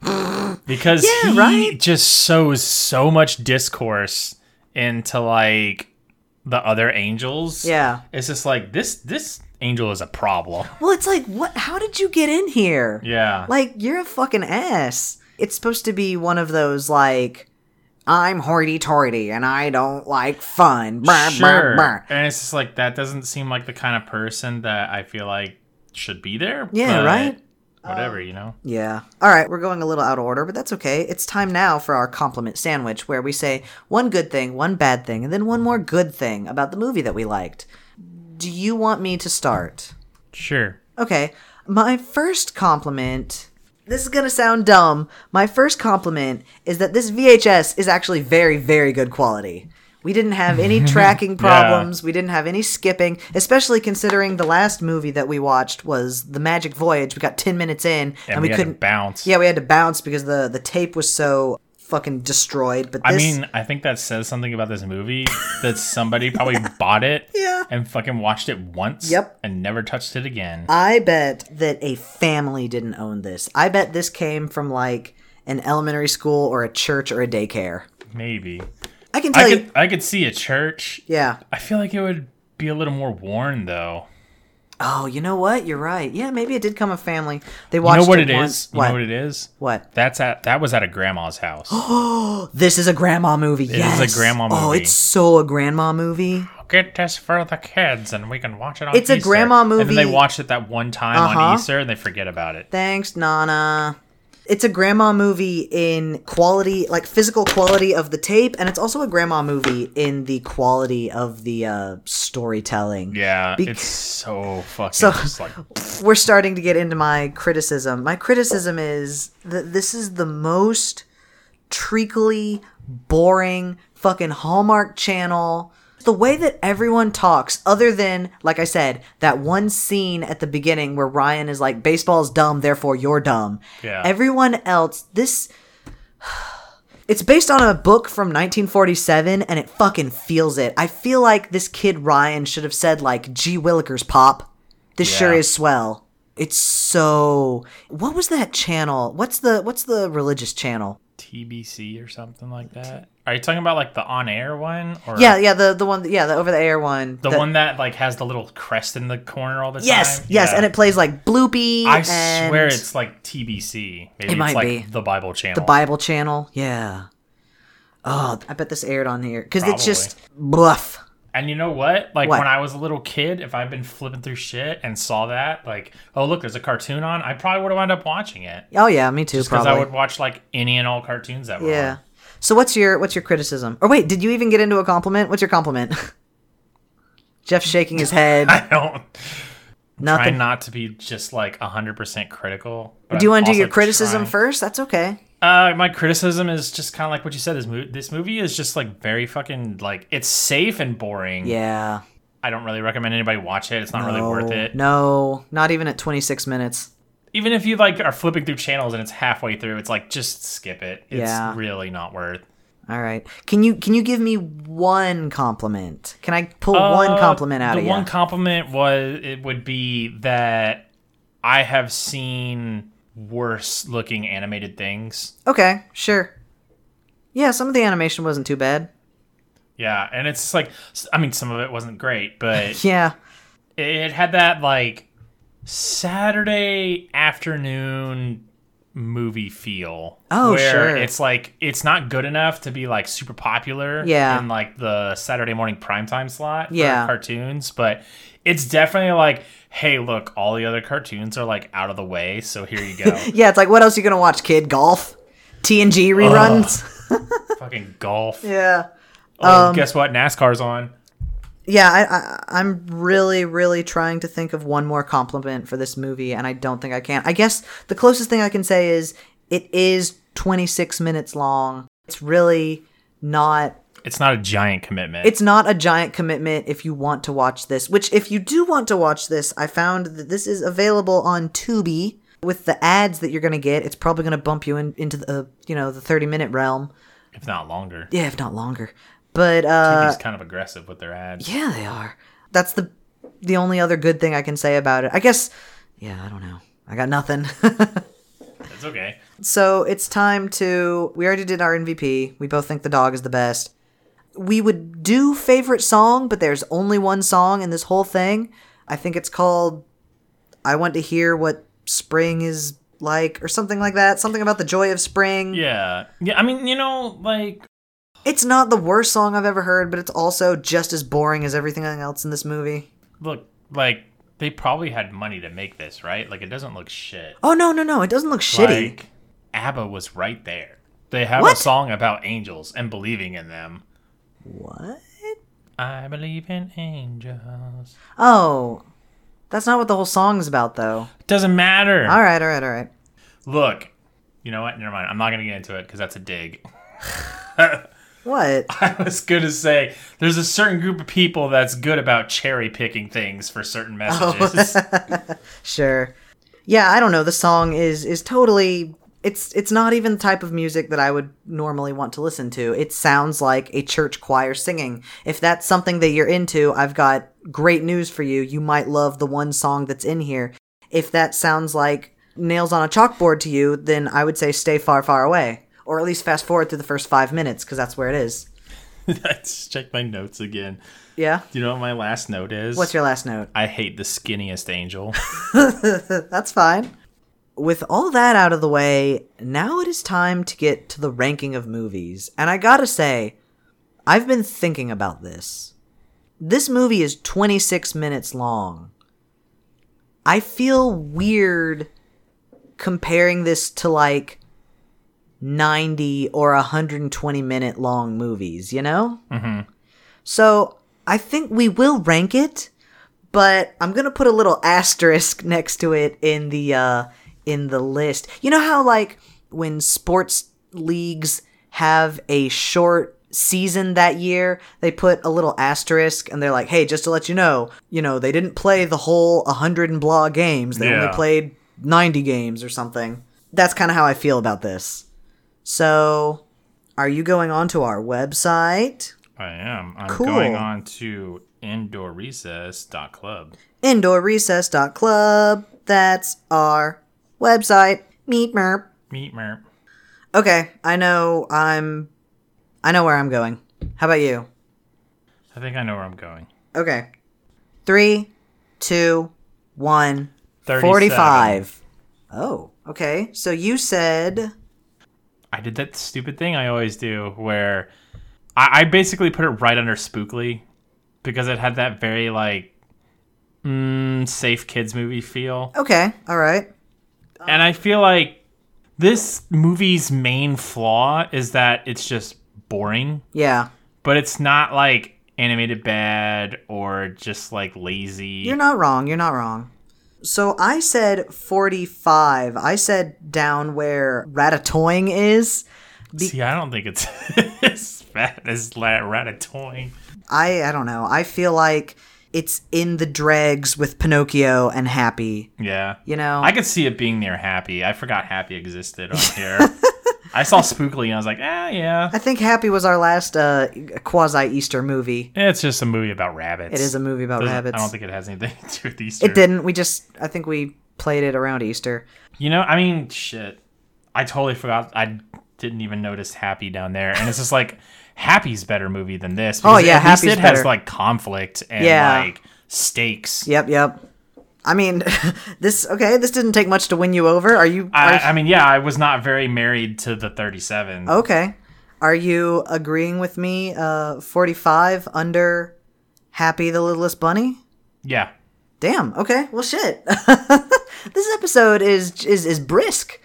[SPEAKER 1] because
[SPEAKER 2] Yeah,
[SPEAKER 1] he
[SPEAKER 2] right?
[SPEAKER 1] just sows so much discourse into like the other angels.
[SPEAKER 2] Yeah.
[SPEAKER 1] It's just like this this angel is a problem.
[SPEAKER 2] well, it's like, what? How did you get in here?
[SPEAKER 1] Yeah.
[SPEAKER 2] Like, you're a fucking ass. It's supposed to be one of those like, I'm hoity-toity and I don't like fun. Brr, brr,
[SPEAKER 1] sure.
[SPEAKER 2] brr.
[SPEAKER 1] And it's just like that doesn't seem like the kind of person that I feel like should be there.
[SPEAKER 2] Yeah,
[SPEAKER 1] but
[SPEAKER 2] right? Uh,
[SPEAKER 1] Whatever, you know.
[SPEAKER 2] Yeah. All right, we're going a little out of order, but that's okay. It's time now for our compliment sandwich, where we say one good thing, one bad thing, and then one more good thing about the movie that we liked. Do you want me to start?
[SPEAKER 1] Sure.
[SPEAKER 2] Okay. My first compliment. This is going to sound dumb. My first compliment is that this VHS is actually very, very good quality. We didn't have any tracking problems. We didn't have any skipping, especially considering the last movie that we watched was The Magic Voyage. We got 10 minutes in and,
[SPEAKER 1] And
[SPEAKER 2] we,
[SPEAKER 1] we, had
[SPEAKER 2] couldn't
[SPEAKER 1] to bounce.
[SPEAKER 2] Yeah, we had to bounce because the the tape was so fucking destroyed, but this
[SPEAKER 1] I mean, I think that says something about this movie that somebody probably bought it
[SPEAKER 2] Yeah.
[SPEAKER 1] and fucking watched it once
[SPEAKER 2] Yep.
[SPEAKER 1] and never touched it again.
[SPEAKER 2] I bet that a family didn't own this. I bet this came from like an elementary school or a church or a daycare.
[SPEAKER 1] Maybe.
[SPEAKER 2] I can tell
[SPEAKER 1] I
[SPEAKER 2] you.
[SPEAKER 1] could I could see a church.
[SPEAKER 2] Yeah.
[SPEAKER 1] I feel like it would be a little more worn though.
[SPEAKER 2] Oh, you know what? You're right. Yeah, maybe it did come a family. They
[SPEAKER 1] You
[SPEAKER 2] watched
[SPEAKER 1] know what
[SPEAKER 2] it,
[SPEAKER 1] it
[SPEAKER 2] once.
[SPEAKER 1] is? You
[SPEAKER 2] What?
[SPEAKER 1] know what it is?
[SPEAKER 2] What?
[SPEAKER 1] That's at that was at a grandma's house.
[SPEAKER 2] This is a grandma movie. It
[SPEAKER 1] is a
[SPEAKER 2] yes.
[SPEAKER 1] grandma
[SPEAKER 2] Oh,
[SPEAKER 1] movie.
[SPEAKER 2] it's so a grandma movie.
[SPEAKER 1] Get this for the kids and we can watch it on
[SPEAKER 2] It's a
[SPEAKER 1] Easter.
[SPEAKER 2] grandma
[SPEAKER 1] And then
[SPEAKER 2] movie.
[SPEAKER 1] they watch it that one time
[SPEAKER 2] Uh-huh.
[SPEAKER 1] on Easter and they forget about it.
[SPEAKER 2] Thanks, Nana. It's a grandma movie in quality, like physical quality of the tape, and it's also a grandma movie in the quality of the uh, storytelling.
[SPEAKER 1] Yeah,
[SPEAKER 2] Bec-
[SPEAKER 1] it's so fucking
[SPEAKER 2] So-
[SPEAKER 1] just like
[SPEAKER 2] We're starting to get into my criticism. My criticism is that this is the most treacly, boring, fucking Hallmark Channel. The way that everyone talks, other than, like I said, that one scene at the beginning where Ryan is like, baseball's dumb, therefore you're dumb.
[SPEAKER 1] Yeah.
[SPEAKER 2] Everyone else, this. It's based on a book from 1947 and it fucking feels it. I feel like this kid Ryan should have said, like, gee Willikers pop. This sure
[SPEAKER 1] Yeah.
[SPEAKER 2] is swell. It's so what was that channel? What's the what's the religious channel?
[SPEAKER 1] TBC or something like that. Are you talking about like the on air one? Or
[SPEAKER 2] Yeah, yeah, the the one yeah, the over the air one.
[SPEAKER 1] Uh, The, one that like has the little crest in the corner all the
[SPEAKER 2] Yes,
[SPEAKER 1] time.
[SPEAKER 2] yes,
[SPEAKER 1] Yeah.
[SPEAKER 2] and it plays like Bloopy
[SPEAKER 1] I
[SPEAKER 2] and
[SPEAKER 1] swear it's like TBC. Maybe
[SPEAKER 2] It might
[SPEAKER 1] it's like
[SPEAKER 2] be.
[SPEAKER 1] the Bible Channel.
[SPEAKER 2] the Bible channel. Yeah. Oh, I bet this aired on here cuz it's
[SPEAKER 1] Probably.
[SPEAKER 2] just bluff.
[SPEAKER 1] And you know what? Like
[SPEAKER 2] What?
[SPEAKER 1] when I was a little kid, if I'd been flipping through shit and saw that, like, oh look, there's a cartoon on, I probably would have wound up watching it
[SPEAKER 2] Oh yeah, me too
[SPEAKER 1] because
[SPEAKER 2] probably.
[SPEAKER 1] I would watch like any and all cartoons that were
[SPEAKER 2] yeah.
[SPEAKER 1] on.
[SPEAKER 2] So what's your what's your criticism? Or wait, did you even get into a compliment? What's your compliment? Jeff shaking his head.
[SPEAKER 1] I don't try
[SPEAKER 2] Nothing.
[SPEAKER 1] not to be just like hundred percent critical.
[SPEAKER 2] Do you want to do your criticism
[SPEAKER 1] criticism first?
[SPEAKER 2] first? That's okay.
[SPEAKER 1] Uh, my criticism is just kind of like what you said. This movie, this movie is just like very fucking like it's safe and boring.
[SPEAKER 2] Yeah.
[SPEAKER 1] I don't really recommend anybody watch it. It's not really worth
[SPEAKER 2] No,
[SPEAKER 1] it.
[SPEAKER 2] No, not even at 26 minutes.
[SPEAKER 1] Even if you like are flipping through channels and it's halfway through, it's like just skip it. It's
[SPEAKER 2] Yeah.
[SPEAKER 1] really not worth.
[SPEAKER 2] All right. Can you can you give me one compliment? Can I pull
[SPEAKER 1] Uh,
[SPEAKER 2] one compliment out
[SPEAKER 1] The
[SPEAKER 2] of
[SPEAKER 1] one
[SPEAKER 2] you?
[SPEAKER 1] compliment was it would be that I have seen worse looking animated things.
[SPEAKER 2] okay, sure. Yeah, some of the animation wasn't too bad.
[SPEAKER 1] Yeah, and it's like I mean some of it wasn't great, but
[SPEAKER 2] Yeah.
[SPEAKER 1] it had that like Saturday afternoon movie feel.
[SPEAKER 2] Oh,
[SPEAKER 1] where
[SPEAKER 2] sure.
[SPEAKER 1] It's like it's not good enough to be like super popular.
[SPEAKER 2] Yeah.
[SPEAKER 1] In like the Saturday morning primetime slot. for
[SPEAKER 2] Yeah.
[SPEAKER 1] cartoons, but it's definitely like, hey, look, all the other cartoons are like out of the way, so here you go.
[SPEAKER 2] Yeah, it's like what else you going to watch, kid? Golf?
[SPEAKER 1] Uh,
[SPEAKER 2] TNG reruns?
[SPEAKER 1] Fucking golf.
[SPEAKER 2] yeah. Um,
[SPEAKER 1] Oh, guess what? NASCAR's on.
[SPEAKER 2] Yeah, I, I, I'm really, really trying to think of one more compliment for this movie, and I don't think I can. I guess the closest thing I can say is it is 26 minutes long. It's really not.
[SPEAKER 1] It's not a giant commitment.
[SPEAKER 2] It's not a giant commitment if you want to watch this. Which, if you do want to watch this, I found that this is available on Tubi. with the ads that you're going to get, it's probably going to bump you in, into the uh, you know the 30 minute realm.
[SPEAKER 1] if not longer.
[SPEAKER 2] Yeah, if not longer. But uh,
[SPEAKER 1] He's kind of aggressive with their ads.
[SPEAKER 2] yeah, they are. That's the the only other good thing I can say about it. I guess. Yeah, I don't know. I got nothing.
[SPEAKER 1] It's okay.
[SPEAKER 2] So it's time to. We already did our MVP. We both think the dog is the best. We would do favorite song, but there's only one song in this whole thing. I think it's called I Want to Hear What Spring Is Like or something like that. Something about the joy of spring.
[SPEAKER 1] Yeah. Yeah. I mean, you know, like
[SPEAKER 2] It's not the worst song I've ever heard, but it's also just as boring as everything else in this movie.
[SPEAKER 1] look, like they probably had money to make this, right? Like it doesn't look shit.
[SPEAKER 2] Oh, no, no, no. It doesn't look shitty.
[SPEAKER 1] Like ABBA was right there. They have
[SPEAKER 2] What?
[SPEAKER 1] a song about angels and believing in them.
[SPEAKER 2] What?
[SPEAKER 1] I believe in angels.
[SPEAKER 2] Oh. That's not what the whole song's about, though.
[SPEAKER 1] Doesn't matter.
[SPEAKER 2] All right, all right, all right.
[SPEAKER 1] Look, you know what? Never mind. I'm not gonna get into it because that's a dig.
[SPEAKER 2] What?
[SPEAKER 1] I was gonna say there's a certain group of people that's good about cherry picking things for certain
[SPEAKER 2] Oh.
[SPEAKER 1] messages.
[SPEAKER 2] Sure. Yeah, I don't know. The song is is totally it's it's not even the type of music that I would normally want to listen to. It sounds like a church choir singing. If that's something that you're into, I've got great news for you. You might love the one song that's in here. If that sounds like nails on a chalkboard to you, then I would say stay far far away or at least fast forward through the first 5 minutes cuz that's where it is.
[SPEAKER 1] Let's check my notes again.
[SPEAKER 2] Yeah.
[SPEAKER 1] Do you know what my last note is?
[SPEAKER 2] What's your last note?
[SPEAKER 1] I hate the skinniest angel.
[SPEAKER 2] That's fine. With all that out of the way, now it is time to get to the ranking of movies. And I gotta say, I've been thinking about this. This movie is 26 minutes long. I feel weird comparing this to like 90 or 120 minute long movies, you know? Mm-hmm. So I think we will rank it but I'm gonna put a little asterisk next to it in the uh, in the list. You know how like when sports leagues have a short season that year, they put a little asterisk and they're like, "Hey, just to let you know, you know they didn't play the whole 100 and blah games. They
[SPEAKER 1] Yeah.
[SPEAKER 2] only played 90 games or something." That's kind of how I feel about this. So, are you going onto our website?
[SPEAKER 1] I am. I'm
[SPEAKER 2] Cool.
[SPEAKER 1] going on to indoorrecess.club.
[SPEAKER 2] indoorrecess.club. That's our website. Meet merp.
[SPEAKER 1] Meet Merp.
[SPEAKER 2] Okay, I know I'm I know where I'm going. How about you?
[SPEAKER 1] I think I know where I'm going.
[SPEAKER 2] Okay. Three, two, one,
[SPEAKER 1] 37.
[SPEAKER 2] forty-five. Oh, okay. So you said
[SPEAKER 1] I did that stupid thing I always do where I, I basically put it right under spookly because it had that very like mm, safe kids movie feel.
[SPEAKER 2] okay, all right.
[SPEAKER 1] And I feel like this movie's main flaw is that it's just boring,
[SPEAKER 2] Yeah.
[SPEAKER 1] but it's not like animated bad or just like lazy.
[SPEAKER 2] You're not wrong. You're not wrong. So I said 45. I said down where ratatouille is.
[SPEAKER 1] See, I don't think it's as bad as La- Ratatouille.
[SPEAKER 2] I I don't know. I feel like it's in the dregs with Pinocchio and Happy.
[SPEAKER 1] Yeah.
[SPEAKER 2] You know,
[SPEAKER 1] I could see it being near Happy. I forgot Happy existed on here. I saw Spookly and I was like, ah, yeah.
[SPEAKER 2] I think Happy was our last uh, quasi Easter movie.
[SPEAKER 1] It's just a movie about rabbits.
[SPEAKER 2] It is a movie about
[SPEAKER 1] Doesn't-
[SPEAKER 2] rabbits.
[SPEAKER 1] I don't think it has anything to do with Easter.
[SPEAKER 2] it didn't. We just I think we played it around Easter.
[SPEAKER 1] You know, I mean, shit. I totally forgot. I didn't even notice Happy down there. And it's just like, Happy's better movie than this.
[SPEAKER 2] Oh,
[SPEAKER 1] because at
[SPEAKER 2] yeah,
[SPEAKER 1] least
[SPEAKER 2] Happy's
[SPEAKER 1] it has
[SPEAKER 2] better.
[SPEAKER 1] like conflict and
[SPEAKER 2] Yeah.
[SPEAKER 1] like stakes.
[SPEAKER 2] Yep, yep. I mean, this okay. This didn't take much to win you over. Are you?
[SPEAKER 1] I,
[SPEAKER 2] are-
[SPEAKER 1] I mean, yeah, I was not very married to the 37.
[SPEAKER 2] okay. Are you agreeing with me? Uh, forty-five under Happy the Littlest Bunny.
[SPEAKER 1] Yeah.
[SPEAKER 2] Damn. Okay. Well, shit. this episode is is is brisk.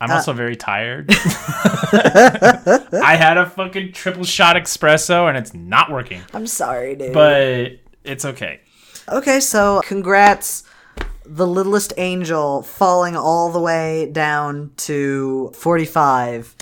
[SPEAKER 2] Uh,
[SPEAKER 1] I'm also very tired. I had a fucking triple shot espresso and it's not working,
[SPEAKER 2] I'm sorry, dude.
[SPEAKER 1] but it's okay.
[SPEAKER 2] Okay, so congrats, The Littlest Angel falling all the way down to 45.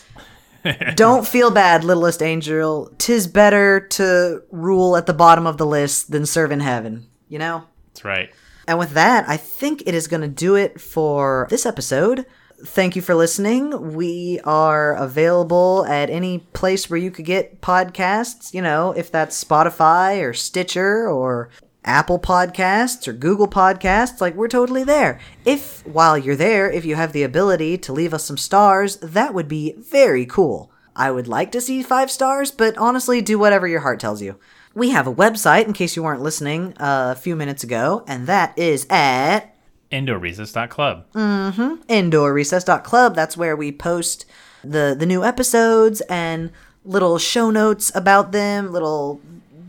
[SPEAKER 2] Don't feel bad, Littlest Angel. Tis better to rule at the bottom of the list than serve in heaven, you know?
[SPEAKER 1] That's right.
[SPEAKER 2] And with that, I think it is going to do it for this episode. Thank you for listening. We are available at any place where you could get podcasts, you know, if that's Spotify or Stitcher or Apple Podcasts or Google Podcasts, like we're totally there. If while you're there, if you have the ability to leave us some stars, that would be very cool. I would like to see five stars, but honestly, do whatever your heart tells you. We have a website, in case you weren't listening uh, a few minutes ago, and that is at
[SPEAKER 1] Indoresis.club.
[SPEAKER 2] Mm. indoorrecess.club. That's where we post the the new episodes and little show notes about them, little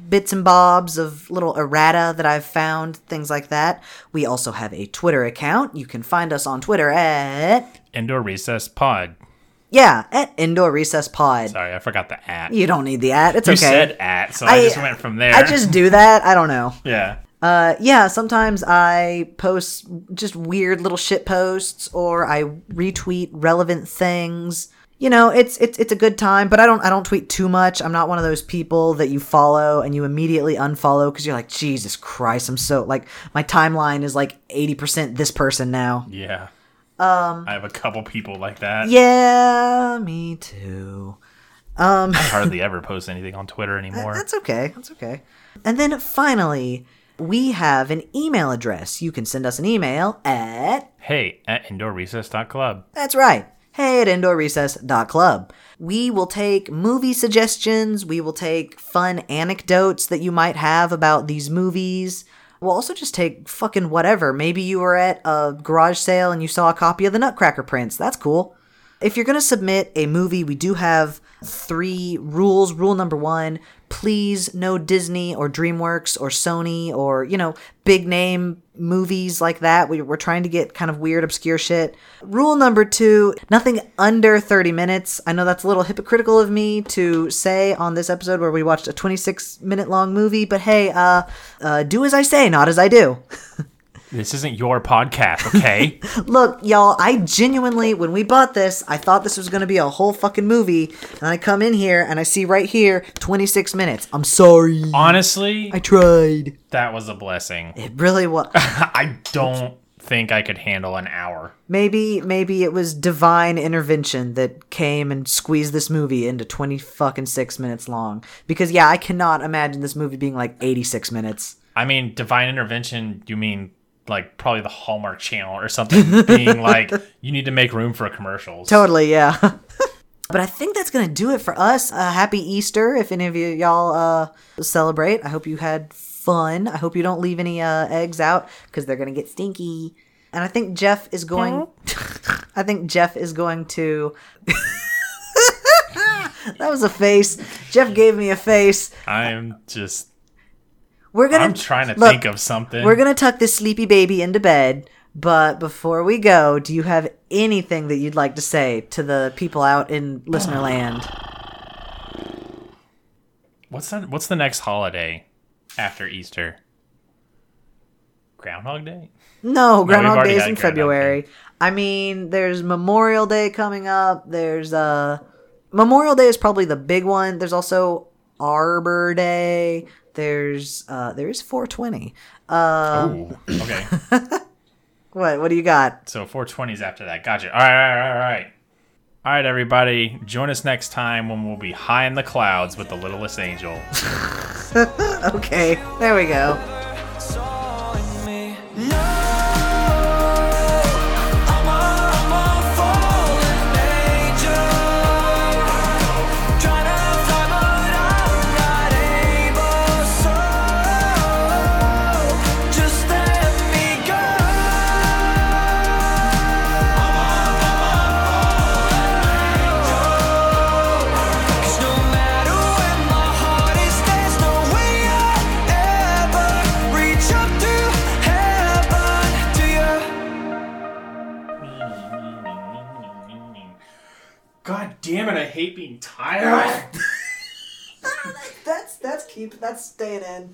[SPEAKER 2] bits and bobs of little errata that I've found, things like that. We also have a Twitter account. You can find us on Twitter at
[SPEAKER 1] Indoor Recess Pod.
[SPEAKER 2] yeah, at Indoor Recess Pod.
[SPEAKER 1] Sorry, I forgot the at.
[SPEAKER 2] You don't need the at. It's
[SPEAKER 1] You
[SPEAKER 2] okay.
[SPEAKER 1] said at, so I, just went from there.
[SPEAKER 2] I just do that. I don't know.
[SPEAKER 1] yeah.
[SPEAKER 2] Uh, yeah, sometimes I post just weird little shit posts or I retweet relevant things. You know, it's it's it's a good time, but I don't I don't tweet too much. I'm not one of those people that you follow and you immediately unfollow because you're like, Jesus Christ, I'm so like my timeline is like eighty percent this person now.
[SPEAKER 1] Yeah. Um, I have a couple people like that.
[SPEAKER 2] Yeah, me too.
[SPEAKER 1] I hardly ever post anything on Twitter anymore.
[SPEAKER 2] That's okay. That's okay. And then finally, we have an email address. You can send us an email at
[SPEAKER 1] Hey, at indoorrecess.club.
[SPEAKER 2] That's right. Hey at indoorrecess.club. We will take movie suggestions. We will take fun anecdotes that you might have about these movies. We'll also just take fucking whatever. Maybe you were at a garage sale and you saw a copy of the Nutcracker Prince. That's cool. If you're going to submit a movie, we do have three rules. Rule number one please no Disney or DreamWorks or Sony or, you know, big name movies like that. We, we're trying to get kind of weird, obscure shit. Rule number two nothing under 30 minutes. I know that's a little hypocritical of me to say on this episode where we watched a 26 minute long movie, but hey, uh, uh, do as I say, not as I do.
[SPEAKER 1] This isn't your podcast, okay?
[SPEAKER 2] Look, y'all, I genuinely, when we bought this, I thought this was going to be a whole fucking movie. And I come in here and I see right here 26 minutes. I'm sorry.
[SPEAKER 1] Honestly,
[SPEAKER 2] I tried.
[SPEAKER 1] that was a blessing.
[SPEAKER 2] It really was.
[SPEAKER 1] I don't think I could handle an hour.
[SPEAKER 2] Maybe, maybe it was divine intervention that came and squeezed this movie into 20 fucking six minutes long. Because, yeah, I cannot imagine this movie being like 86 minutes.
[SPEAKER 1] I mean, divine intervention, you mean like probably the Hallmark channel or something being like, you need to make room for commercials.
[SPEAKER 2] Totally, yeah. but I think that's gonna do it for us. Uh, happy Easter, if any of you y'all uh, celebrate. I hope you had fun. I hope you don't leave any uh, eggs out because they're gonna get stinky. And I think Jeff is going. I think Jeff is going to. that was a face. Jeff gave me a face.
[SPEAKER 1] I'm just,
[SPEAKER 2] We're gonna.
[SPEAKER 1] I'm trying to
[SPEAKER 2] look,
[SPEAKER 1] think of something.
[SPEAKER 2] We're gonna tuck this sleepy baby into bed. But before we go, do you have anything that you'd like to say to the people out in listener land?
[SPEAKER 1] What's that? What's the next holiday after Easter? Groundhog Day.
[SPEAKER 2] No, Groundhog
[SPEAKER 1] already
[SPEAKER 2] Day is
[SPEAKER 1] had
[SPEAKER 2] in
[SPEAKER 1] Groundhog
[SPEAKER 2] February. I mean, there's Memorial Day coming up. There's uh Memorial Day is probably the big one. There's also Arbor Day. There's uh there is 420. Um,
[SPEAKER 1] Oh, okay.
[SPEAKER 2] What what do you got?
[SPEAKER 1] So 420s after that. Gotcha. All right, all right, all right. All right, everybody. Join us next time when we'll be high in the clouds with the littlest angel.
[SPEAKER 2] Okay. There we go.
[SPEAKER 3] No, I'm a, I'm a fallen angel. Trying to fly, but I'm not able. So just let me go. I'm a, I'm a fallen angel. 'Cause no matter where my heart is, there's no way I ever reach up to heaven. Do you?
[SPEAKER 1] God damn it! I hate being tired.
[SPEAKER 2] That's that's keep that's staying in.